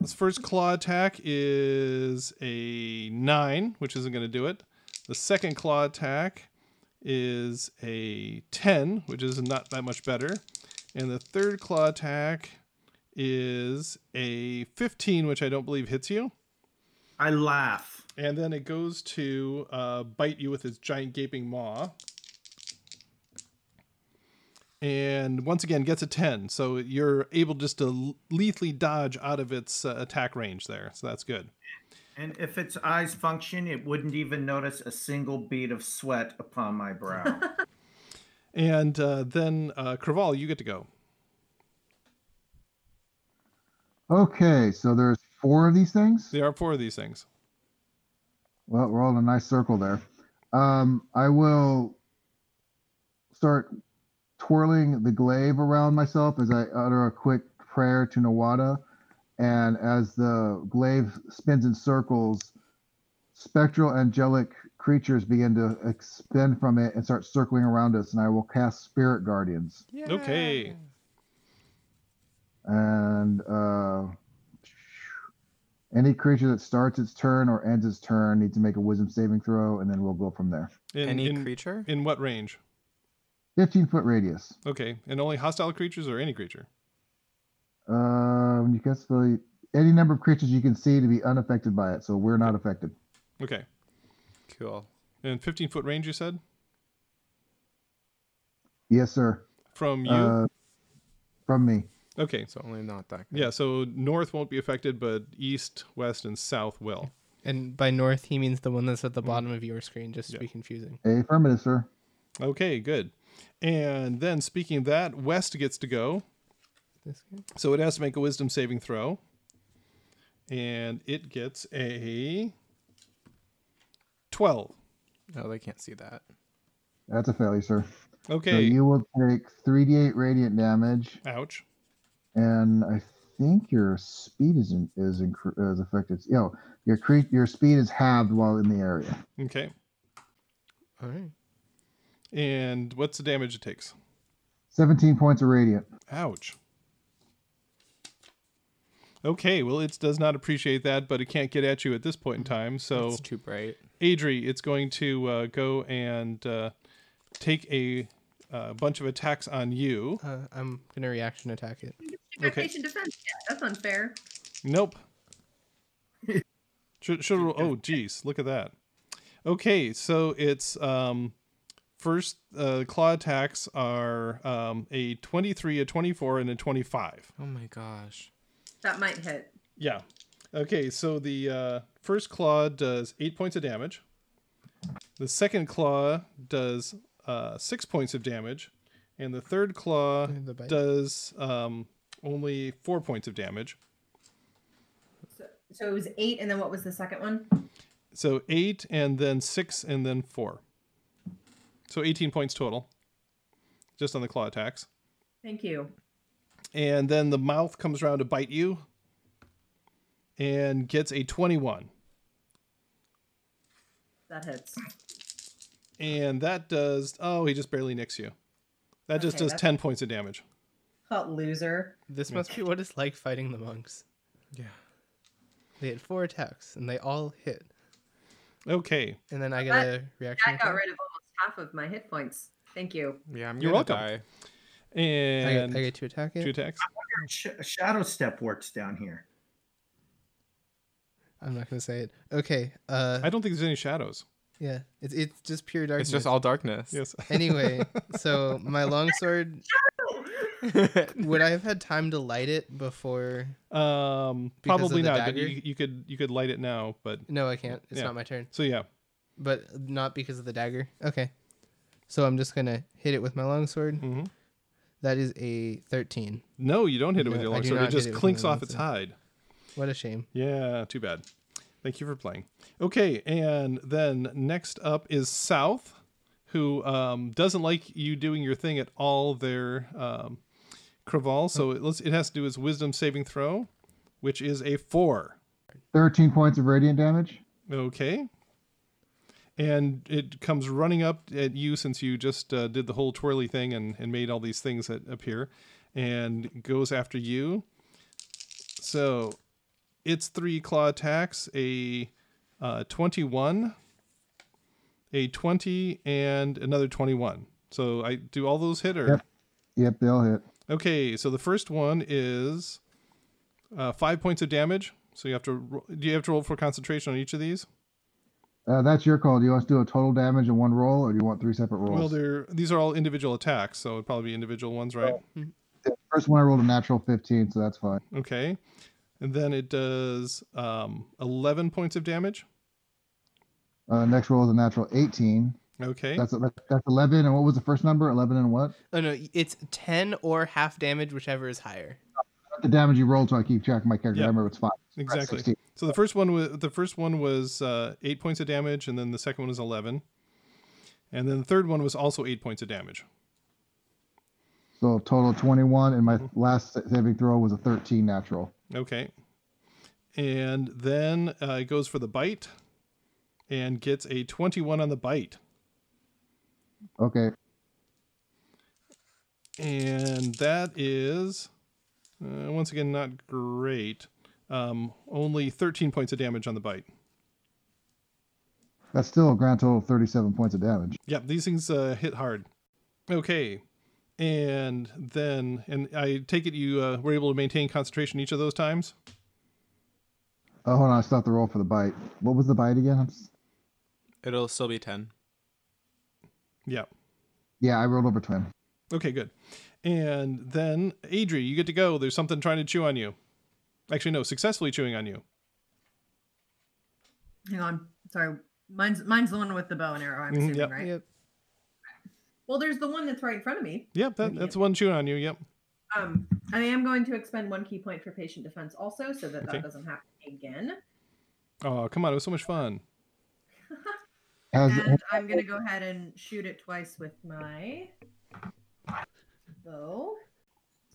Speaker 3: its first claw attack is a nine, which isn't going to do it. The second claw attack is a ten, which is not that much better, and the third claw attack is a fifteen, which I don't believe hits you.
Speaker 7: I laugh.
Speaker 3: And then it goes to uh, bite you with its giant gaping maw. And once again, gets a 10. So you're able just to l- lethally dodge out of its uh, attack range there. So that's good.
Speaker 7: And if its eyes function, it wouldn't even notice a single bead of sweat upon my brow.
Speaker 3: And uh, then, uh, Kraval, you get to go.
Speaker 1: Okay, so there's four of these things.
Speaker 3: There are four of these things.
Speaker 1: Well, we're all in a nice circle there. Um, I will start twirling the glaive around myself as I utter a quick prayer to Nawada. And as the glaive spins in circles, spectral angelic creatures begin to expend from it and start circling around us. And I will cast Spirit Guardians.
Speaker 3: Okay.
Speaker 1: And uh, any creature that starts its turn or ends its turn needs to make a wisdom saving throw, and then we'll go from there.
Speaker 3: In,
Speaker 5: Any
Speaker 3: in,
Speaker 5: creature?
Speaker 3: In what range?
Speaker 1: 15 foot radius.
Speaker 3: Okay. And only hostile creatures or any creature?
Speaker 1: Um, you can spell any number of creatures you can see to be unaffected by it, so we're not affected.
Speaker 3: Okay.
Speaker 5: Cool.
Speaker 3: And 15 foot range, you said?
Speaker 1: Yes, sir.
Speaker 3: From you?
Speaker 1: Uh, from me.
Speaker 3: okay.
Speaker 5: So only not that. Good.
Speaker 3: Yeah. So north won't be affected, but east, west, and south will.
Speaker 4: And by north, he means the one that's at the bottom of your screen, just to be confusing.
Speaker 1: Affirmative, sir.
Speaker 3: Okay, good. And then speaking of that, West gets to go.
Speaker 4: This guy?
Speaker 3: So it has to make a wisdom saving throw. And it gets a 12.
Speaker 5: No, they can't see that.
Speaker 1: That's a failure, sir. So
Speaker 3: Okay.
Speaker 1: you will take 3d8 radiant damage,
Speaker 3: Ouch.
Speaker 1: and I think your speed is in, is, incre- is affected. You know, your cre- your speed is halved while in the area.
Speaker 3: Okay.
Speaker 4: All right.
Speaker 3: And what's the damage it takes?
Speaker 1: 17 points of radiant.
Speaker 3: Ouch. Okay, well, it does not appreciate that, but it can't get at you at this point in time. So,
Speaker 5: It's too bright.
Speaker 3: Adri, it's going to uh, go and uh, take a uh, bunch of attacks on you.
Speaker 4: Uh, I'm gonna reaction attack it.
Speaker 2: You got
Speaker 3: Okay.
Speaker 2: patient defense yet. That's unfair.
Speaker 3: Nope. should, should roll- oh geez, look at that. Okay, so it's um first uh, claw attacks are um, a 23, a 24 and a 25.
Speaker 5: Oh my gosh.
Speaker 2: That might hit.
Speaker 3: Yeah. Okay, so the uh, first claw does 8 points of damage. The second claw does uh, 6 points of damage and the third claw
Speaker 4: And the bite.
Speaker 3: does um only four points of damage.
Speaker 2: So, so it was eight, and then what was the second one?
Speaker 3: So eight, and then six, and then four. So 18 points total, just on the claw attacks.
Speaker 2: Thank you.
Speaker 3: And then the mouth comes around to bite you and gets a 21.
Speaker 2: That hits.
Speaker 3: And that does. Oh, he just barely nicks you. That just
Speaker 2: Okay,
Speaker 3: does
Speaker 2: that's-
Speaker 3: 10 points of damage.
Speaker 2: Hot loser.
Speaker 4: This must be what it's like fighting the monks.
Speaker 5: Yeah.
Speaker 4: They had four attacks and they all hit.
Speaker 3: Okay.
Speaker 4: And then I
Speaker 2: But
Speaker 4: got a reaction.
Speaker 2: I got
Speaker 4: attack?
Speaker 2: rid of almost half of my hit points. Thank you.
Speaker 5: Yeah, I'm
Speaker 3: You're welcome.
Speaker 5: gonna die.
Speaker 4: I
Speaker 3: And
Speaker 4: get, Uh-huh. I get to attack it.
Speaker 3: two attacks.
Speaker 7: Sh- shadow step works down here.
Speaker 4: I'm not gonna say it. Okay. Uh,
Speaker 3: I don't think there's any shadows.
Speaker 4: yeah. It's it's just pure darkness.
Speaker 5: It's just all darkness.
Speaker 3: Yes.
Speaker 4: Anyway, so my longsword, would I have had time to light it before?
Speaker 3: Um,
Speaker 4: Because of
Speaker 3: probably
Speaker 4: the
Speaker 3: not. But
Speaker 4: dagger?
Speaker 3: you, you could you could light it now, but
Speaker 4: No, I can't. It's
Speaker 3: Yeah.
Speaker 4: not my turn.
Speaker 3: so yeah.
Speaker 4: But not because of the dagger. Okay. So I'm just gonna hit it with my longsword.
Speaker 3: Mhm.
Speaker 4: That is a 13.
Speaker 3: No, you don't hit it with
Speaker 4: No,
Speaker 3: your
Speaker 4: I do
Speaker 3: longsword.
Speaker 4: not
Speaker 3: It
Speaker 4: hit
Speaker 3: just
Speaker 4: it with my
Speaker 3: clinks off its
Speaker 4: longsword.
Speaker 3: hide.
Speaker 4: What a shame.
Speaker 3: Yeah, too bad. Thank you for playing. Okay, and then next up is South, who um, doesn't like you doing your thing at all there, um, Craval. So it, let's, it has to do his wisdom saving throw, which is a four.
Speaker 1: Thirteen points of radiant damage.
Speaker 3: Okay. And it comes running up at you since you just uh, did the whole twirly thing and, and made all these things that appear and goes after you. So it's three claw attacks a uh, 21, a 20, and another 21. So I do all those hit or?
Speaker 1: Yep. Yep, they'll hit.
Speaker 3: Okay, so the first one is uh, five points of damage. So you have to ro- do you have to roll for concentration on each of these?
Speaker 1: Uh, that's your call. Do you want us to do a total damage in one roll, or do you want three separate
Speaker 3: Well,
Speaker 1: rolls?
Speaker 3: they're these are all individual attacks, so it'd probably be individual ones, right?
Speaker 1: the first one I rolled a natural fifteen, so that's fine.
Speaker 3: Okay. And then it does um, 11 points of damage.
Speaker 1: Uh, next roll is a natural eighteen.
Speaker 3: Okay.
Speaker 1: That's that's eleven. And what was the first number? Eleven and what?
Speaker 4: Oh no, it's 10 or half damage, whichever is higher.
Speaker 1: The damage you rolled, so I keep track of my character.
Speaker 3: Yeah.
Speaker 1: I remember it's five. That's
Speaker 3: exactly.
Speaker 1: 16.
Speaker 3: So the first one was the first one was uh, 8 points of damage and then the second one was 11. And then the third one was also 8 points of damage.
Speaker 1: So total twenty-one, and my
Speaker 3: Mm-hmm.
Speaker 1: last sa- saving throw was a thirteen natural.
Speaker 3: Okay. And then uh, it goes for the bite and gets a 21 on the bite.
Speaker 1: Okay,
Speaker 3: And that is, uh, once again, not great. Um, only 13 points of damage on the bite.
Speaker 1: that's still a grand total of thirty-seven points of damage.
Speaker 3: Yep, these things uh, hit hard. Okay. And then, and I take it you uh, were able to maintain concentration each of those times?
Speaker 1: Oh, hold on, I stopped the roll for the bite. What was the bite again? I'm s-
Speaker 5: It'll still be ten.
Speaker 3: Yeah.
Speaker 1: Yeah, I rolled over twin.
Speaker 3: Okay, good. And then, Adri, you get to go. There's something trying to chew on you. Actually, no, successfully chewing on you.
Speaker 2: Hang on. Sorry. Mine's mine's the one with the bow and arrow, I'm
Speaker 3: Mhm,
Speaker 2: assuming,
Speaker 3: yep.
Speaker 2: right?
Speaker 4: Yep.
Speaker 2: Well, there's the one that's right in front of me.
Speaker 3: Yep, that, that's one chewing on you. Yep.
Speaker 2: Um, I am going to expend one key point for patient defense also, so that
Speaker 3: Okay.
Speaker 2: that doesn't happen again.
Speaker 3: Oh, come on. It was so much fun.
Speaker 1: Has
Speaker 2: And I'm gonna go ahead and shoot it twice with my bow.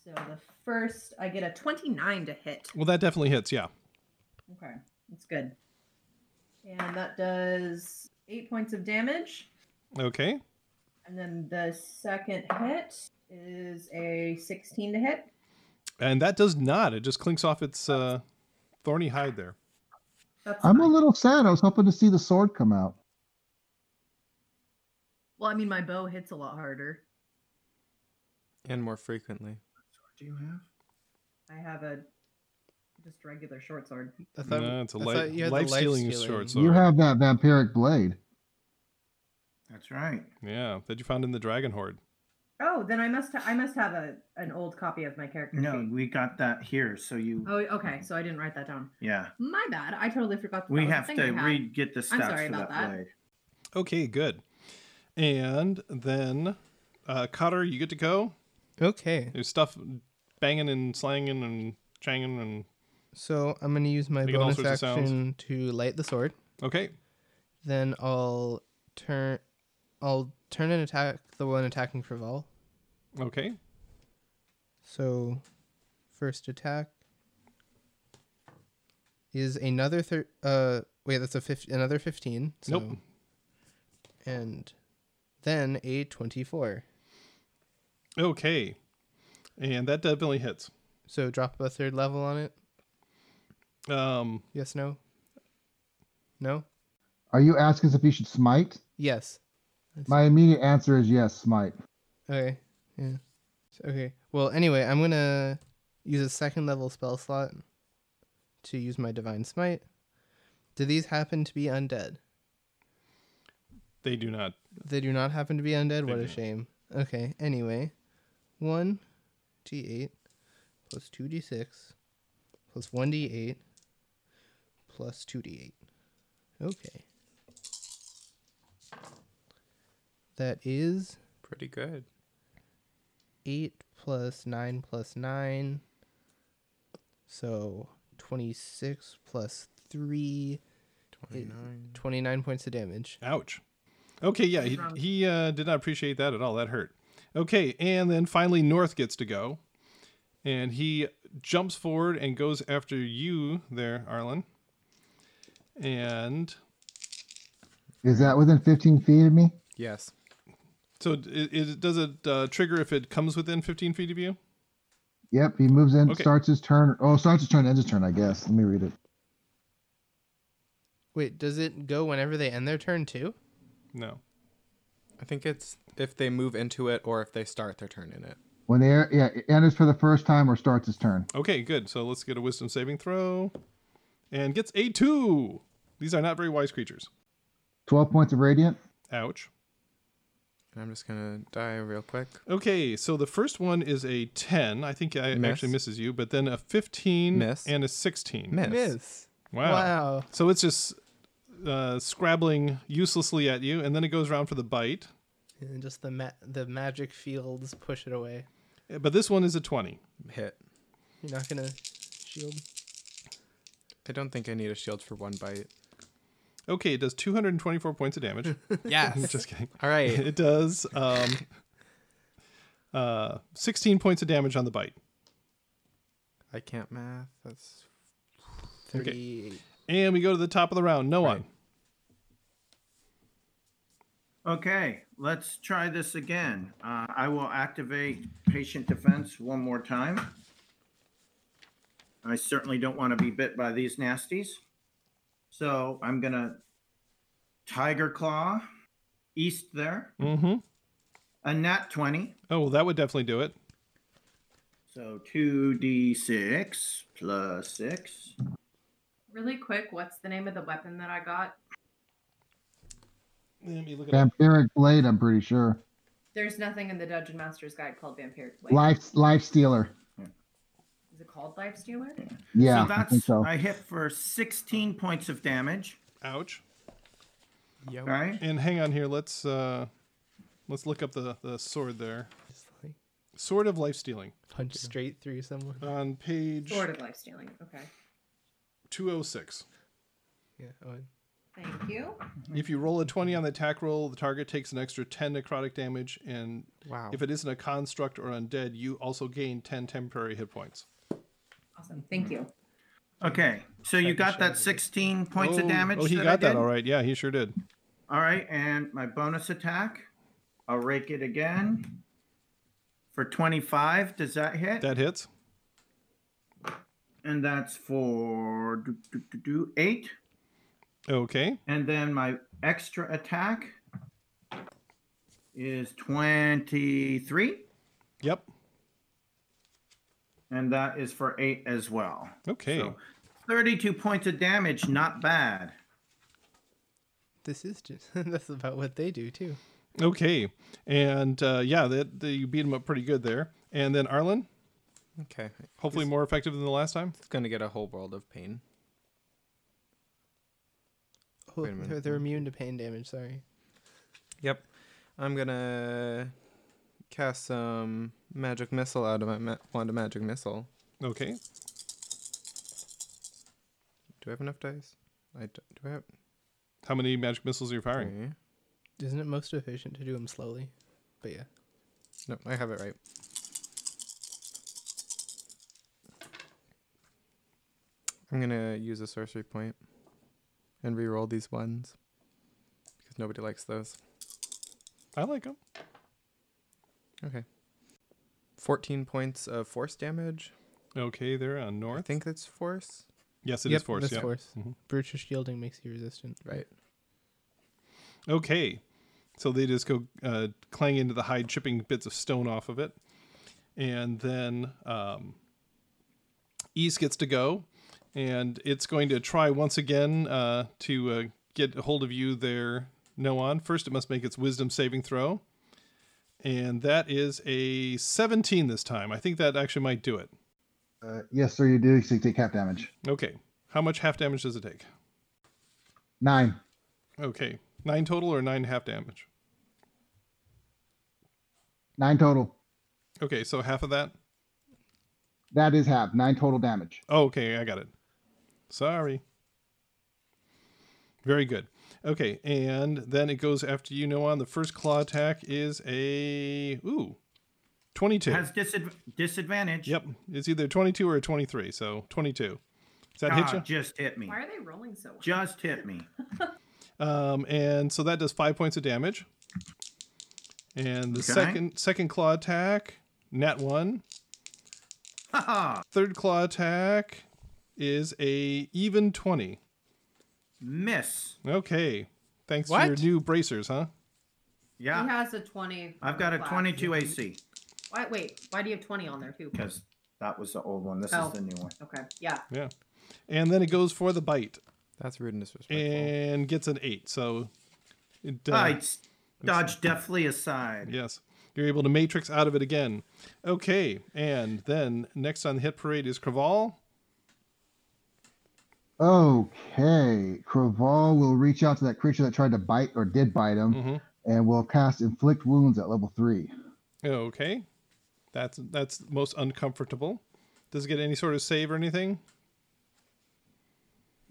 Speaker 2: So the first, I get a 29 to hit.
Speaker 3: Well, that definitely hits. Yeah.
Speaker 2: Okay, that's good. And that does eight points of damage.
Speaker 3: Okay.
Speaker 2: And then the second hit is a 16 to hit.
Speaker 3: And that does not. It just clinks off its uh, thorny hide there.
Speaker 2: That's
Speaker 1: I'm a
Speaker 2: fine.
Speaker 1: little sad. I was hoping to see the sword come out.
Speaker 2: well, I mean, my bow hits a lot harder.
Speaker 5: And more frequently.
Speaker 7: Do you have?
Speaker 2: I have a just regular short sword.
Speaker 4: I thought,
Speaker 3: no, it's a
Speaker 4: I thought
Speaker 3: life,
Speaker 4: you had the
Speaker 3: life stealing
Speaker 4: life-stealing.
Speaker 3: sword.
Speaker 1: You
Speaker 3: So
Speaker 1: have that vampiric blade.
Speaker 7: That's right.
Speaker 3: yeah, that you found in the dragon horde.
Speaker 2: Oh, then I must ha- I must have a an old copy of my character
Speaker 7: No,
Speaker 2: sheet.
Speaker 7: we got that here. So you,
Speaker 2: Oh, okay. So I didn't write that down.
Speaker 7: yeah,
Speaker 2: My bad. I totally forgot. That
Speaker 7: we
Speaker 2: that was a
Speaker 7: have
Speaker 2: thing
Speaker 7: to
Speaker 2: Oh, I had.
Speaker 7: read get the
Speaker 2: I'm
Speaker 7: stats
Speaker 2: sorry
Speaker 7: for
Speaker 2: about
Speaker 7: that,
Speaker 2: that.
Speaker 7: blade.
Speaker 3: Okay, good. And then, uh, Cotter, you get to go.
Speaker 4: Okay.
Speaker 3: There's stuff banging and slanging and changing and
Speaker 4: So I'm gonna use my
Speaker 3: Making all
Speaker 4: bonus
Speaker 3: sorts of sounds.
Speaker 4: action to light the sword.
Speaker 3: okay.
Speaker 4: Then I'll turn, I'll turn and attack the one attacking Frival.
Speaker 3: Okay.
Speaker 4: So, first attack is another thir- uh wait that's a fif- another fifteen. So,
Speaker 3: Nope.
Speaker 4: And then a twenty-four.
Speaker 3: Okay. And that definitely hits.
Speaker 4: So drop a third level on it.
Speaker 3: Um
Speaker 4: Yes. No. No.
Speaker 1: Are you asking us if you should smite?
Speaker 4: Yes.
Speaker 1: My immediate answer is yes, smite.
Speaker 4: Okay. Yeah. Okay. Well, anyway, I'm gonna use a second level spell slot to use my divine smite. Do these happen to be undead?
Speaker 3: they do not
Speaker 4: They do not happen to be undead.
Speaker 3: They
Speaker 4: What
Speaker 3: do
Speaker 4: a
Speaker 3: not.
Speaker 4: shame. Okay. Anyway, one d8 plus two d6 plus one d8 plus two d8. Okay. That is
Speaker 5: Pretty good.
Speaker 4: 8 plus 9 plus 9. So 26 plus 3. is 29 points of damage.
Speaker 3: ouch. Okay, yeah, he,
Speaker 2: Wrong.
Speaker 3: he uh, did not appreciate that at all. That hurt. Okay, and then finally North gets to go. And he jumps forward and goes after you there, Arlen. And
Speaker 1: Is that within 15 feet of me?
Speaker 5: Yes.
Speaker 3: so it, it, does it uh, trigger if it comes within 15 feet of you?
Speaker 1: Yep, he moves in,
Speaker 3: Okay.
Speaker 1: starts his turn. Oh, starts his turn, ends his turn, I guess. Let me read it.
Speaker 4: Wait, does it go whenever they end their turn too?
Speaker 3: No.
Speaker 5: I think it's if they move into it or if they start their turn in it.
Speaker 1: When they are, yeah, it enters for the first time or starts his turn.
Speaker 3: Okay, good. So let's get a wisdom saving throw. And gets a two. These are not very wise creatures.
Speaker 1: 12 points of radiant.
Speaker 3: Ouch.
Speaker 5: And I'm just gonna die real quick.
Speaker 3: Okay, so the first one is a 10. I think I
Speaker 5: Miss.
Speaker 3: actually misses you, but then a 15
Speaker 5: Miss.
Speaker 3: and a 16.
Speaker 5: Miss.
Speaker 3: Wow.
Speaker 4: Wow.
Speaker 3: So it's just uh, scrabbling uselessly at you, and then it goes around for the bite.
Speaker 4: And just the ma- the magic fields push it away.
Speaker 3: But this one is a 20.
Speaker 5: Hit.
Speaker 4: You're not going to shield.
Speaker 5: I don't think I need a shield for one bite.
Speaker 3: Okay, it does 224 points of damage.
Speaker 5: Yes.
Speaker 3: just kidding.
Speaker 5: All right.
Speaker 3: It does um, uh, 16 points of damage on the bite.
Speaker 5: I can't math. That's
Speaker 4: 38.
Speaker 3: And we go to the top of the round. No one.
Speaker 7: Okay, let's try this again. Uh, I will activate patient defense one more time. I certainly don't want to be bit by these nasties. So I'm going to Tiger Claw east there,
Speaker 3: Mm-hmm.
Speaker 7: a nat 20.
Speaker 3: Oh, well, that would definitely do it.
Speaker 7: So 2d6 plus 6.
Speaker 2: Really quick, what's the name of the weapon that I got?
Speaker 3: Let me look it up.
Speaker 1: Vampiric blade, I'm pretty sure.
Speaker 2: There's nothing in the Dungeon Master's Guide called Vampiric Blade.
Speaker 1: Life, life stealer.
Speaker 2: Is it called Life Stealer?
Speaker 1: Yeah,
Speaker 7: so
Speaker 1: I
Speaker 7: that's,
Speaker 1: think so.
Speaker 7: I hit for 16 points of damage.
Speaker 3: Ouch.
Speaker 5: Yo.
Speaker 7: Okay.
Speaker 3: And hang on here. Let's uh, let's look up the the sword there.
Speaker 4: Just like
Speaker 3: Sword of life stealing
Speaker 4: punch straight through someone.
Speaker 3: on page
Speaker 2: Sword of Life Stealing. Okay.
Speaker 3: two oh six.
Speaker 4: Yeah. Owen.
Speaker 2: Thank you.
Speaker 3: If you roll a twenty on the attack roll, the target takes an extra ten necrotic damage, and
Speaker 5: Wow.
Speaker 3: if it isn't a construct or undead, you also gain ten temporary hit points.
Speaker 2: Awesome. Thank you.
Speaker 7: Okay. So you got that 16 points
Speaker 3: oh,
Speaker 7: of damage.
Speaker 3: Oh, he
Speaker 7: that I
Speaker 3: got that
Speaker 7: did?
Speaker 3: all right. Yeah, he sure did.
Speaker 7: All right, and my bonus attack, I'll rake it again for 25. Does that hit?
Speaker 3: That hits.
Speaker 7: and that's for do, do, do, do, eight.
Speaker 3: Okay.
Speaker 7: And then my extra attack is 23,
Speaker 3: Yep.
Speaker 7: and that is for eight as well.
Speaker 3: Okay.
Speaker 7: So 32 points of damage, not bad.
Speaker 4: This is just, that's about what they do too.
Speaker 3: Okay. And uh, yeah, that that you beat him up pretty good there. And then Arlen,
Speaker 5: Okay.
Speaker 3: hopefully more effective than the last time.
Speaker 5: It's gonna get a whole world of pain.
Speaker 4: Oh,
Speaker 5: Wait a minute.
Speaker 4: they're, they're immune to pain damage, sorry.
Speaker 5: Yep. I'm gonna cast some magic missile out of my ma- wand of magic missile.
Speaker 3: Okay.
Speaker 5: Do I have enough dice? I d- do I have
Speaker 3: How many magic missiles are you firing?
Speaker 5: three?
Speaker 4: Isn't it most efficient to do them slowly? But yeah.
Speaker 5: No, I have it right. I'm gonna use a sorcery point and reroll these ones because nobody likes those.
Speaker 3: I like them.
Speaker 5: Okay. 14 points of force damage.
Speaker 3: Okay, they're on
Speaker 5: I
Speaker 3: north.
Speaker 5: think that's force.
Speaker 3: Yes, it is force.
Speaker 4: That's
Speaker 3: yeah.
Speaker 4: force.
Speaker 3: Mhm.
Speaker 4: Virtue shielding makes you resistant.
Speaker 5: Right.
Speaker 3: Okay. So they just go uh, clang into the hide, chipping bits of stone off of it. And then um, East gets to go. And it's going to try once again uh, to uh, get a hold of you there, Noan. First, it must make its wisdom saving throw. And that is a 17 this time. I think that actually might do it.
Speaker 1: Uh, yes, sir, you do. You take half damage.
Speaker 3: Okay. How much half damage does it take?
Speaker 1: Nine.
Speaker 3: Okay. Nine total or nine half damage?
Speaker 1: Nine total.
Speaker 3: Okay. So half of that?
Speaker 1: That is half. Nine total damage.
Speaker 3: Oh, okay, I got it. Sorry. Very good. Okay, and then it goes after you, Noan. The first claw attack is a ooh, twenty-two.
Speaker 7: Has disadv- disadvantage.
Speaker 3: Yep, it's either twenty-two or a twenty-three. So twenty-two. Does that
Speaker 7: Ah,
Speaker 3: hit
Speaker 7: Just hit me.
Speaker 2: Why are they rolling so? Well?
Speaker 7: Just hit me.
Speaker 3: you? Um, and so that does five points of damage. And the
Speaker 7: Okay.
Speaker 3: second second claw attack, nat one.
Speaker 7: Haha.
Speaker 3: Third claw attack is a even twenty.
Speaker 7: Miss.
Speaker 3: Okay, thanks for
Speaker 4: What?
Speaker 3: your new bracers, huh?
Speaker 7: Yeah.
Speaker 2: He has a twenty.
Speaker 7: I've got a
Speaker 2: flat.
Speaker 7: 22 AC
Speaker 2: Why, wait, why do you have twenty on there too?
Speaker 7: because that was the old one. This
Speaker 2: Oh.
Speaker 7: is the new one.
Speaker 2: Okay, yeah.
Speaker 3: Yeah. And then it goes for the bite
Speaker 5: That's rude and disrespectful.
Speaker 3: and gets an eight. So it, uh,
Speaker 7: I s- dodge deftly aside.
Speaker 3: yes, you're able to matrix out of it again. Okay. And then next on the hit parade is Craval.
Speaker 1: Okay. Craval will reach out to that creature that tried to bite or did bite him
Speaker 3: Mhm.
Speaker 1: and will cast Inflict Wounds at level three.
Speaker 3: Okay. That's that's most uncomfortable. Does it get any sort of save or anything?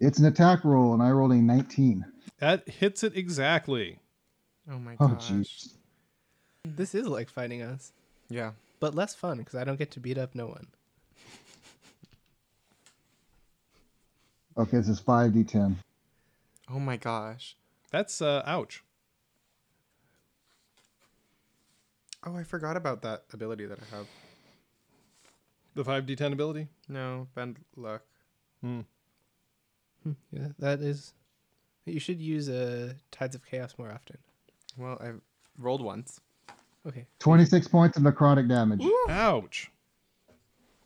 Speaker 1: It's an attack roll, and I rolled a 19.
Speaker 3: That hits it exactly.
Speaker 5: Oh my
Speaker 1: Oh,
Speaker 5: gosh.
Speaker 1: jeez.
Speaker 4: This is like fighting us,
Speaker 5: yeah.
Speaker 4: but less fun because I don't get to beat up no one.
Speaker 1: Okay, this is 5d10.
Speaker 5: Oh my gosh.
Speaker 3: That's uh, ouch.
Speaker 5: Oh, I forgot about that ability that I have.
Speaker 3: The five d10 ability.
Speaker 5: No, bend luck.
Speaker 4: Yeah, that is. You should use uh, Tides of Chaos more often.
Speaker 5: Well, I rolled once.
Speaker 4: Okay.
Speaker 1: 26 points of necrotic damage.
Speaker 3: Ouch.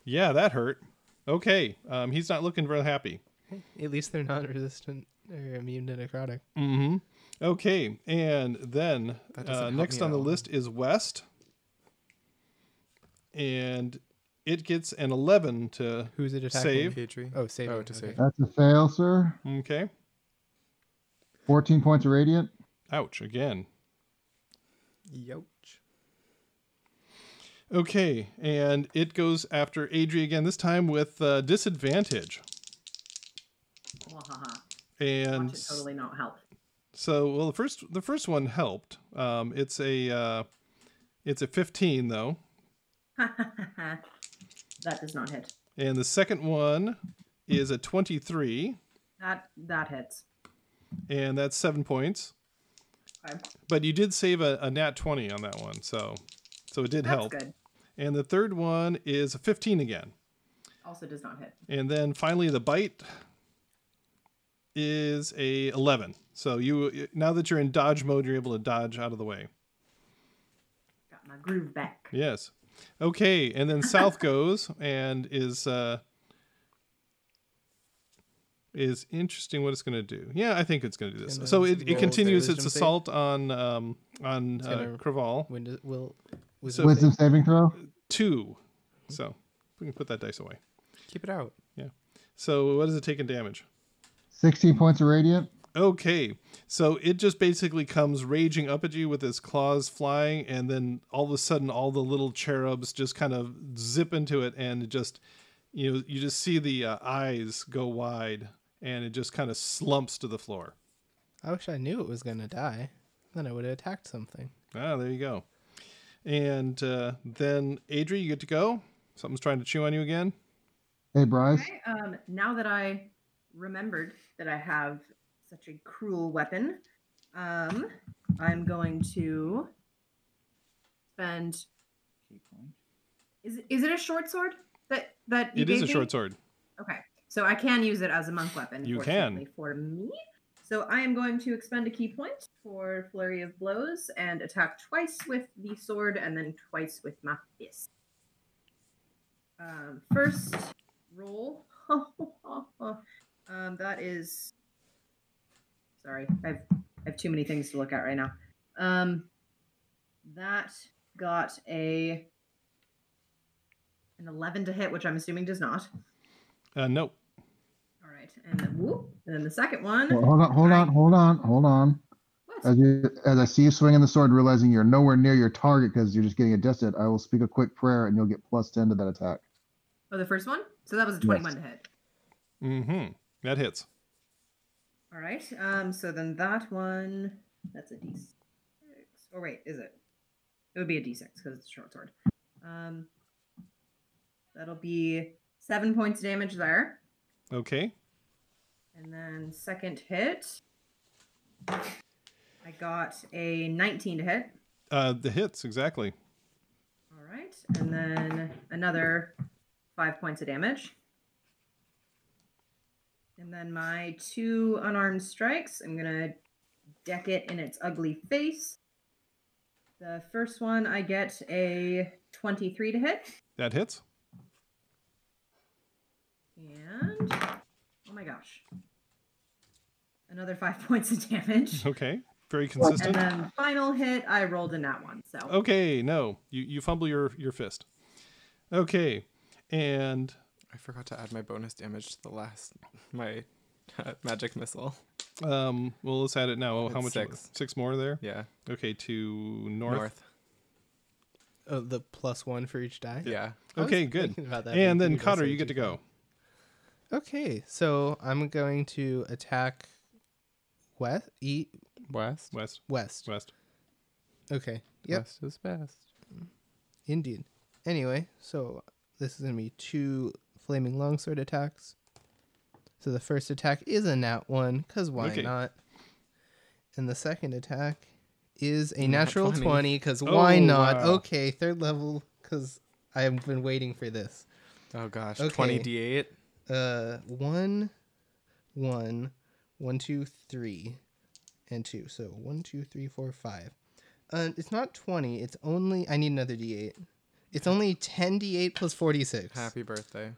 Speaker 3: Yeah, that hurt. Okay. Um, he's not looking real happy.
Speaker 4: At least they're not resistant or immune to necrotic.
Speaker 3: hmm Okay, and then
Speaker 5: That doesn't
Speaker 3: uh,
Speaker 5: help
Speaker 3: next
Speaker 5: me
Speaker 3: on the
Speaker 5: out.
Speaker 3: list is West, and it gets an eleven to
Speaker 4: Who's it attacking?
Speaker 3: Save.
Speaker 5: Hadri.
Speaker 4: Oh, saving.
Speaker 5: Oh, to
Speaker 4: okay.
Speaker 5: save.
Speaker 1: That's a fail, sir.
Speaker 3: okay.
Speaker 1: 14 points of radiant.
Speaker 3: Ouch again.
Speaker 5: Youch.
Speaker 3: Okay, and it goes after Adri again. This time with uh, disadvantage,
Speaker 2: Wahaha.
Speaker 3: and
Speaker 7: Um,
Speaker 2: Watch it totally not help.
Speaker 3: so well the first the first one helped. Um, it's a uh, it's a fifteen though,
Speaker 2: that does not hit.
Speaker 3: and the second one is a twenty three,
Speaker 2: That that hits.
Speaker 3: and that's seven points.
Speaker 2: Okay.
Speaker 3: But you did save a, a nat 20 on that one, so so it did
Speaker 2: That's
Speaker 3: help.
Speaker 2: good.
Speaker 3: And the third one is a 15 again.
Speaker 2: Also does not hit.
Speaker 3: And then finally the bite is a 11. So you now that you're in dodge mode, you're able to dodge out of the way.
Speaker 2: Got my groove back.
Speaker 3: Yes. Okay, and then south goes and is uh is interesting what it's going to do. Yeah, I think it's going to do this.
Speaker 4: Gonna
Speaker 3: So it,
Speaker 4: roll
Speaker 3: it
Speaker 4: the
Speaker 3: continues its
Speaker 4: wisdom save?
Speaker 3: assault on um on uh,
Speaker 4: gonna-
Speaker 3: Craval.
Speaker 4: When does, will. Was
Speaker 3: So-
Speaker 4: it
Speaker 1: Wisdom saving throw.
Speaker 3: two. So we can put that dice away.
Speaker 5: Keep it out.
Speaker 3: So what does it take in damage?
Speaker 1: 16 points of radiant.
Speaker 3: Okay, so it just basically comes raging up at you with its claws flying, and then all of a sudden, all the little cherubs just kind of zip into it, and it just, you know, you just see the uh, eyes go wide, and it just kind of slumps to the floor.
Speaker 4: I wish I knew it was gonna die. Then I would have attacked something.
Speaker 3: Ah, there you go. And uh, then, Adri, you get to go. Something's trying to chew on you again.
Speaker 1: Hey, Bryce.
Speaker 2: Okay, um, now that I remembered that I have such a cruel weapon, um, I'm going to spend. Is is it a short sword that that you
Speaker 3: It is
Speaker 2: gave
Speaker 3: a
Speaker 2: me?
Speaker 3: short sword.
Speaker 2: Okay, so I can use it as a monk weapon.
Speaker 3: You
Speaker 2: fortunately
Speaker 3: can.
Speaker 2: for me. So I am going to expend a key point for flurry of blows and attack twice with the sword and then twice with my fist. Um, first roll. um, that is. Sorry, I've I have too many things to look at right now. Um, that got a an eleven to hit, which I'm assuming does not.
Speaker 3: Uh, nope.
Speaker 2: All right, and then whoop, and then the second one.
Speaker 1: Well, hold on, hold on,
Speaker 2: I-
Speaker 1: hold on, hold on.
Speaker 2: What?
Speaker 1: As you, as I see you swinging the sword, realizing you're nowhere near your target because you're just getting adjusted, I will speak a quick prayer and you'll get plus ten to that attack.
Speaker 2: Oh, the first one. So that was a twenty-one to hit.
Speaker 3: Mm-hmm. That hits.
Speaker 2: All right. Um. So then that one. That's a d6. Or wait, is it? It would be a d6 because it's a short sword. Um. That'll be seven points of damage there,
Speaker 3: Okay.
Speaker 2: and then second hit. I got a nineteen to hit.
Speaker 3: Uh, the hits exactly.
Speaker 2: All right, and then another five points of damage. And then my two unarmed strikes, I'm gonna deck it in its ugly face. The first one, I get a 23 to hit,
Speaker 3: That hits.
Speaker 2: and oh my gosh, another five points of damage.
Speaker 3: Okay. Very
Speaker 2: And
Speaker 3: consistent.
Speaker 2: then final hit, I rolled in that one. So
Speaker 3: Okay. No, you you fumble your your fist. Okay, and
Speaker 5: I forgot to add my bonus damage to the last my uh, magic missile.
Speaker 3: um, well, let's add it now. Oh, how much?
Speaker 5: It's six.
Speaker 3: Six more there.
Speaker 5: Yeah,
Speaker 3: Okay, to north.
Speaker 5: north.
Speaker 4: Oh, the plus one for each die.
Speaker 5: Yeah,
Speaker 4: I was
Speaker 3: Okay, good.
Speaker 4: thinking about that
Speaker 3: And
Speaker 4: being
Speaker 3: then
Speaker 4: pretty
Speaker 3: Cotter, you get to
Speaker 4: decent.
Speaker 3: go.
Speaker 4: Okay, so I'm going to attack west, e-
Speaker 5: west.
Speaker 3: West,
Speaker 4: west.
Speaker 3: west.
Speaker 4: Okay. Yep.
Speaker 5: West is best.
Speaker 4: Indeed. Anyway, so this is gonna be two flaming longsword attacks. So the first attack is a nat one, cause why
Speaker 3: Okay.
Speaker 4: not? And the second attack is a natural
Speaker 5: 20.
Speaker 4: twenty, cause
Speaker 3: Oh,
Speaker 4: why not?
Speaker 3: wow.
Speaker 4: Okay, third level, cause I've been waiting for this.
Speaker 5: Oh gosh,
Speaker 4: Okay.
Speaker 5: twenty d eight.
Speaker 4: Uh, one, one, one, two, three, and two. So one, two, three, four, five. Uh, it's not twenty. It's only I need another D eight. It's only ten D eight plus forty six.
Speaker 5: Happy birthday.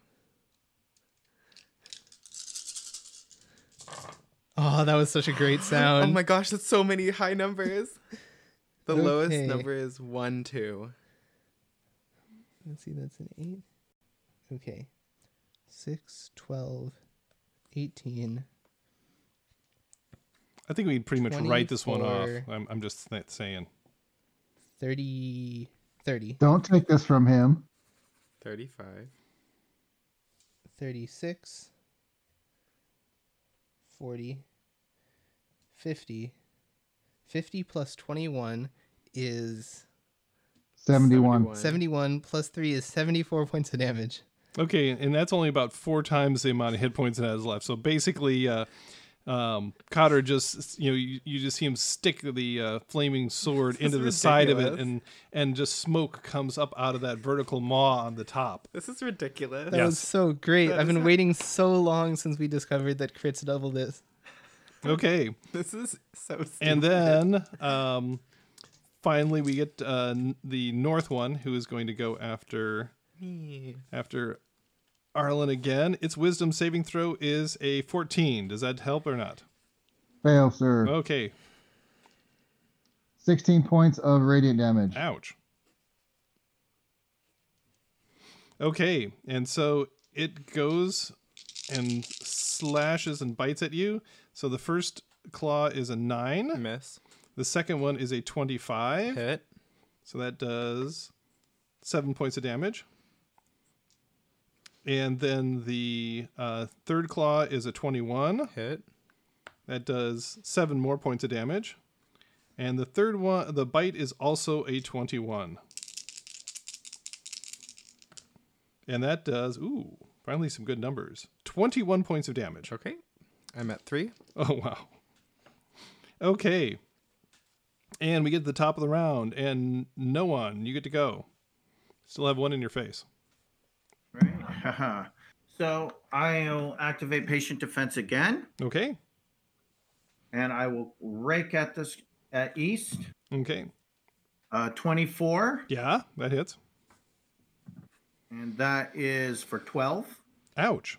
Speaker 4: Oh, that was such a great sound.
Speaker 5: Oh my gosh, that's so many high numbers. The lowest
Speaker 4: Okay.
Speaker 5: number is one two.
Speaker 4: Let's see, that's an eight. Okay. Six, twelve, eighteen.
Speaker 3: I think we can pretty much write this one off.
Speaker 4: 24.
Speaker 3: I'm, I'm just th- saying.
Speaker 4: 30, 30,
Speaker 1: Don't take this from him.
Speaker 5: 35.
Speaker 4: 36, 40, 50. 50 plus 21 is
Speaker 1: Seventy-one.
Speaker 4: 71, plus 3 is 74 points of damage.
Speaker 3: Okay, and that's only about four times the amount of hit points it has left. So basically, uh, um, Cotter just you know you, you just see him stick the uh, flaming sword
Speaker 5: This is
Speaker 3: into the side of it,
Speaker 5: ridiculous.
Speaker 3: and and just smoke comes up out of that vertical maw on the top.
Speaker 5: This is ridiculous.
Speaker 4: That was
Speaker 3: Yes.
Speaker 4: so great.
Speaker 5: That
Speaker 4: I've
Speaker 5: is
Speaker 4: been
Speaker 5: a-
Speaker 4: waiting so long since we discovered that crits double this.
Speaker 3: Okay,
Speaker 5: This is so stupid.
Speaker 3: and then um, finally we get uh, n- the north one who is going to go after after Arlen again. Its wisdom saving throw is a fourteen. Does that help or not?
Speaker 1: Fail, sir.
Speaker 3: Okay,
Speaker 1: Sixteen points of radiant damage.
Speaker 3: Ouch. Okay, and so it goes and slashes and bites at you. So the first claw is a nine.
Speaker 5: Miss.
Speaker 3: The second one is a twenty-five.
Speaker 5: Hit.
Speaker 3: So that does seven points of damage. And then the uh, third claw is a 21.
Speaker 5: Hit.
Speaker 3: That does seven more points of damage. And the third one, the bite is also a 21. And that does, ooh, finally some good numbers 21 points of damage.
Speaker 5: Okay. I'm at three.
Speaker 3: Oh, wow. Okay. And we get to the top of the round, and no one, you get to go. Still have one in your face.
Speaker 7: Right. Haha. so I'll activate patient defense again,
Speaker 3: Okay.
Speaker 7: and I will rake at this at east.
Speaker 3: Okay.
Speaker 7: Uh, 24,
Speaker 3: Yeah, that hits.
Speaker 7: and that is for 12.
Speaker 3: Ouch.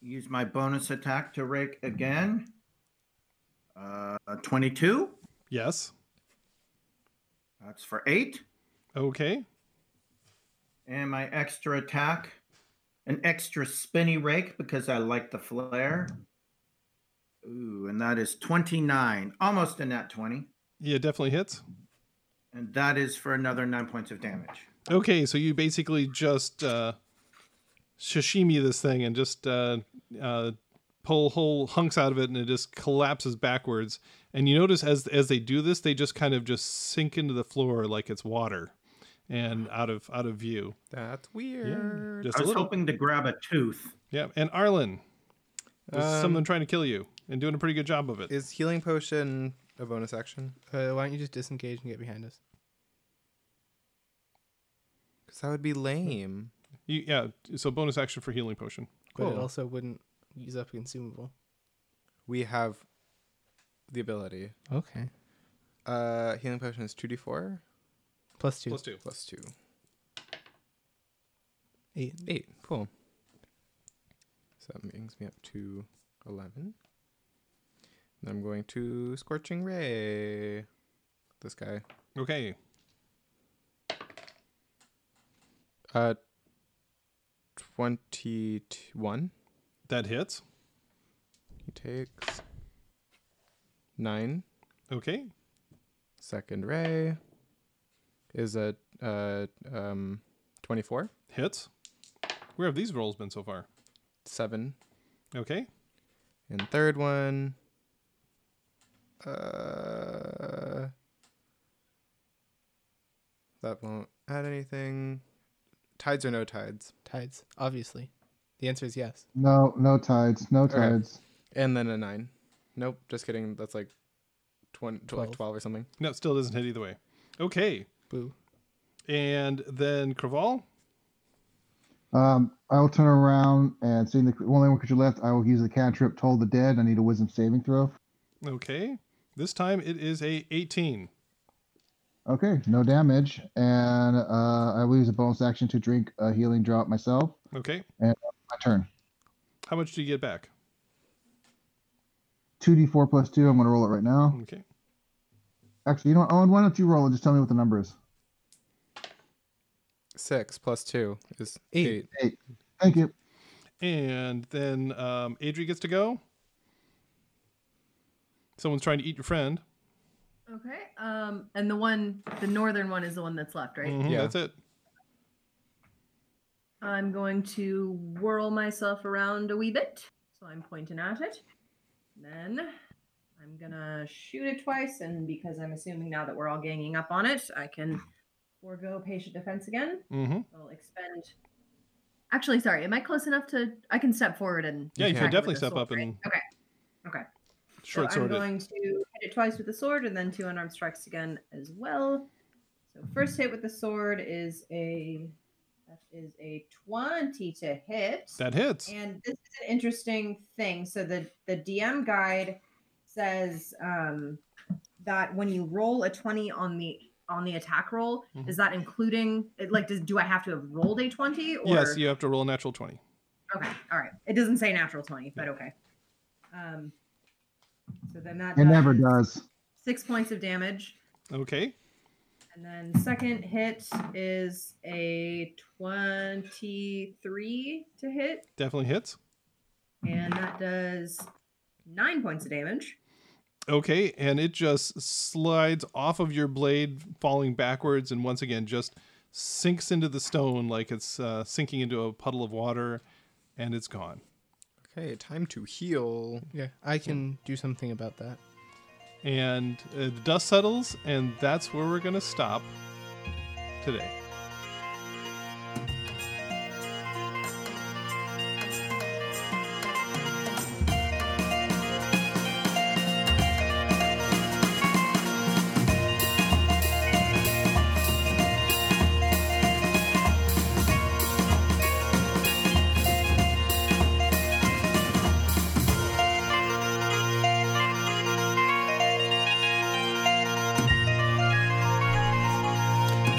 Speaker 7: Use my bonus attack to rake again. Uh, 22.
Speaker 3: Yes.
Speaker 7: That's for eight.
Speaker 3: Okay.
Speaker 7: And my extra attack, an extra spinny rake because I like the flare. Ooh, and that is 29, almost a nat 20.
Speaker 3: Yeah, definitely hits.
Speaker 7: And that is for another nine points of damage.
Speaker 3: Okay, so you basically just uh, sashimi this thing and just uh, uh, pull whole hunks out of it, and it just collapses backwards. And you notice as as they do this, they just kind of just sink into the floor like it's water, and out of out of view.
Speaker 5: That's weird.
Speaker 3: Just
Speaker 7: I
Speaker 3: a
Speaker 7: was
Speaker 3: little.
Speaker 7: hoping to grab a tooth.
Speaker 3: Yeah, and Arlen, there's
Speaker 5: Um,
Speaker 3: someone trying to kill you and doing a pretty good job of it.
Speaker 5: Is healing potion a bonus action?
Speaker 4: Uh, why don't you just disengage and get behind us?
Speaker 5: Because that would be lame.
Speaker 3: You, yeah, so bonus action for healing potion.
Speaker 4: But it
Speaker 5: Cool.
Speaker 4: also wouldn't use up a consumable.
Speaker 5: We have the ability.
Speaker 4: Okay.
Speaker 5: Uh, healing potion is 2d4
Speaker 4: Plus two.
Speaker 3: Plus two.
Speaker 5: plus 2.
Speaker 4: Eight.
Speaker 5: 8. Cool. So that brings me up to 11. And I'm going to Scorching Ray. This guy.
Speaker 3: Okay,
Speaker 5: Uh, 21.
Speaker 3: that hits.
Speaker 5: He takes 9.
Speaker 3: Okay,
Speaker 5: Second ray is a uh, um, 24,
Speaker 3: hits. Where have these rolls been so far?
Speaker 5: 7.
Speaker 3: Okay,
Speaker 5: And third one uh, that won't add anything. Tides or no tides.
Speaker 4: Tides. Obviously. The answer is yes.
Speaker 1: No, no tides, no
Speaker 5: Okay.
Speaker 1: tides.
Speaker 5: And then a 9. Nope, just kidding. That's like 20,
Speaker 4: Twelve.
Speaker 5: Like 12 or something.
Speaker 3: no, still doesn't hit either way. Okay,
Speaker 4: Boo.
Speaker 3: and then Craval.
Speaker 1: Um, I will turn around and seeing the only one creature left, I will use the cantrip Toll the Dead. I need a Wisdom saving throw.
Speaker 3: Okay, this time it is a 18.
Speaker 1: Okay, no damage, and uh, I will use a bonus action to drink a healing drop myself.
Speaker 3: Okay,
Speaker 1: My turn.
Speaker 3: how much do you get back?
Speaker 1: Two D four plus two. I'm gonna roll it right now.
Speaker 3: Okay,
Speaker 1: Actually, you know what, Owen? Why don't you roll it? Just tell me what the number is.
Speaker 5: 6 plus 2 is
Speaker 4: Eight.
Speaker 5: 8.
Speaker 1: Thank you.
Speaker 3: and then um, Adri gets to go. Someone's trying to eat your friend.
Speaker 2: Okay. Um, and the one, the northern one is the one that's left, right?
Speaker 3: Mhm,
Speaker 5: Yeah.
Speaker 3: That's it.
Speaker 2: I'm going to whirl myself around a wee bit. So I'm pointing at it. Then I'm going to shoot it twice. And because I'm assuming now that we're all ganging up on it, I can forego patient defense again.
Speaker 3: hmm
Speaker 2: I'll expend. Actually, sorry. Am I close enough to? I can step forward and.
Speaker 3: Yeah, you
Speaker 5: can.
Speaker 3: can
Speaker 2: attack it
Speaker 3: definitely
Speaker 2: with the
Speaker 3: step up
Speaker 2: sword,
Speaker 3: and
Speaker 2: right? Okay. Okay.
Speaker 3: short
Speaker 2: so I'm
Speaker 3: sword it.
Speaker 2: going to hit it twice with the sword and then two unarmed strikes again as well. So first hit with the sword is a that is a 20 to hit.
Speaker 3: That hits.
Speaker 2: And this is an interesting thing. So the the DM guide says um, that when you roll a 20 on the on the attack roll,
Speaker 3: Mhm.
Speaker 2: is that including it, like does do I have to have rolled a 20 or
Speaker 3: Yes, you have to roll a natural 20.
Speaker 2: Okay, all right. It doesn't say natural 20, but okay. Um so then that
Speaker 1: It never
Speaker 2: does
Speaker 1: does.
Speaker 2: six points of damage.
Speaker 3: Okay.
Speaker 2: And then second hit is a 23 to hit.
Speaker 3: Definitely hits.
Speaker 2: And that does nine points of damage.
Speaker 8: Okay, and it just slides off of your blade, falling backwards, and once again just sinks into the stone like it's uh, sinking into a puddle of water, and it's gone.
Speaker 5: Okay, time to heal.
Speaker 4: Yeah, I can do something about that.
Speaker 8: And uh, the dust settles, and that's where we're going to stop today.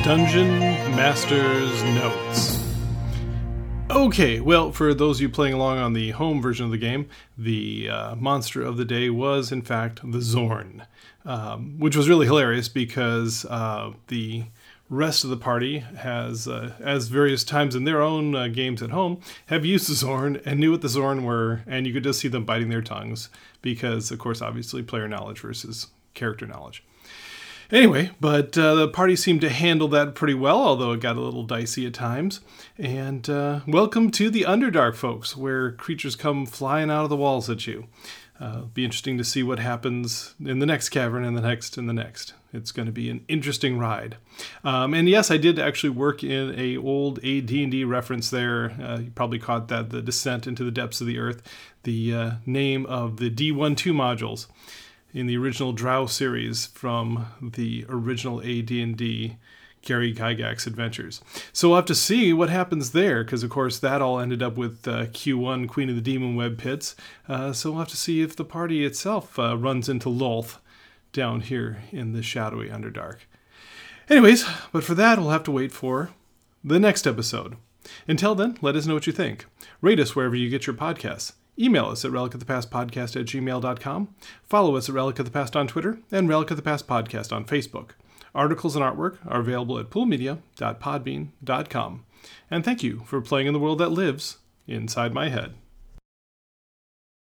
Speaker 3: Dungeon Master's Notes. Okay, well, for those of you playing along on the home version of the game, the uh, monster of the day was, in fact, the Zorn, um, which was really hilarious because uh, the rest of the party has, uh, as various times in their own uh, games at home, have used the Zorn and knew what the Zorn were, and you could just see them biting their tongues because, of course, obviously, player knowledge versus character knowledge. Anyway, but uh, the party seemed to handle that pretty well, although it got a little dicey at times. And uh, welcome to the Underdark, folks, where creatures come flying out of the walls at you. Uh, it'll be interesting to see what happens in the next cavern, and the next, and the next. It's going to be an interesting ride. Um, and yes, I did actually work in a old AD&D reference there. Uh, you probably caught that, the Descent into the Depths of the Earth, the uh, name of the D12 modules in the original Drow series from the original AD&D Gary Gygax adventures. So we'll have to see what happens there, because of course that all ended up with uh, Q1 Queen of the Demon Web Pits. Uh, so we'll have to see if the party itself uh, runs into Lolth down here in the shadowy Underdark. Anyways, but for that we'll have to wait for the next episode. Until then, let us know what you think. Rate us wherever you get your podcasts. Email us at relic of the past podcast at gmail.com. Follow us at relic of the past on Twitter and relic of the past podcast on Facebook. Articles and artwork are available at poolmedia.podbean.com. And thank you for playing in the world that lives inside my head.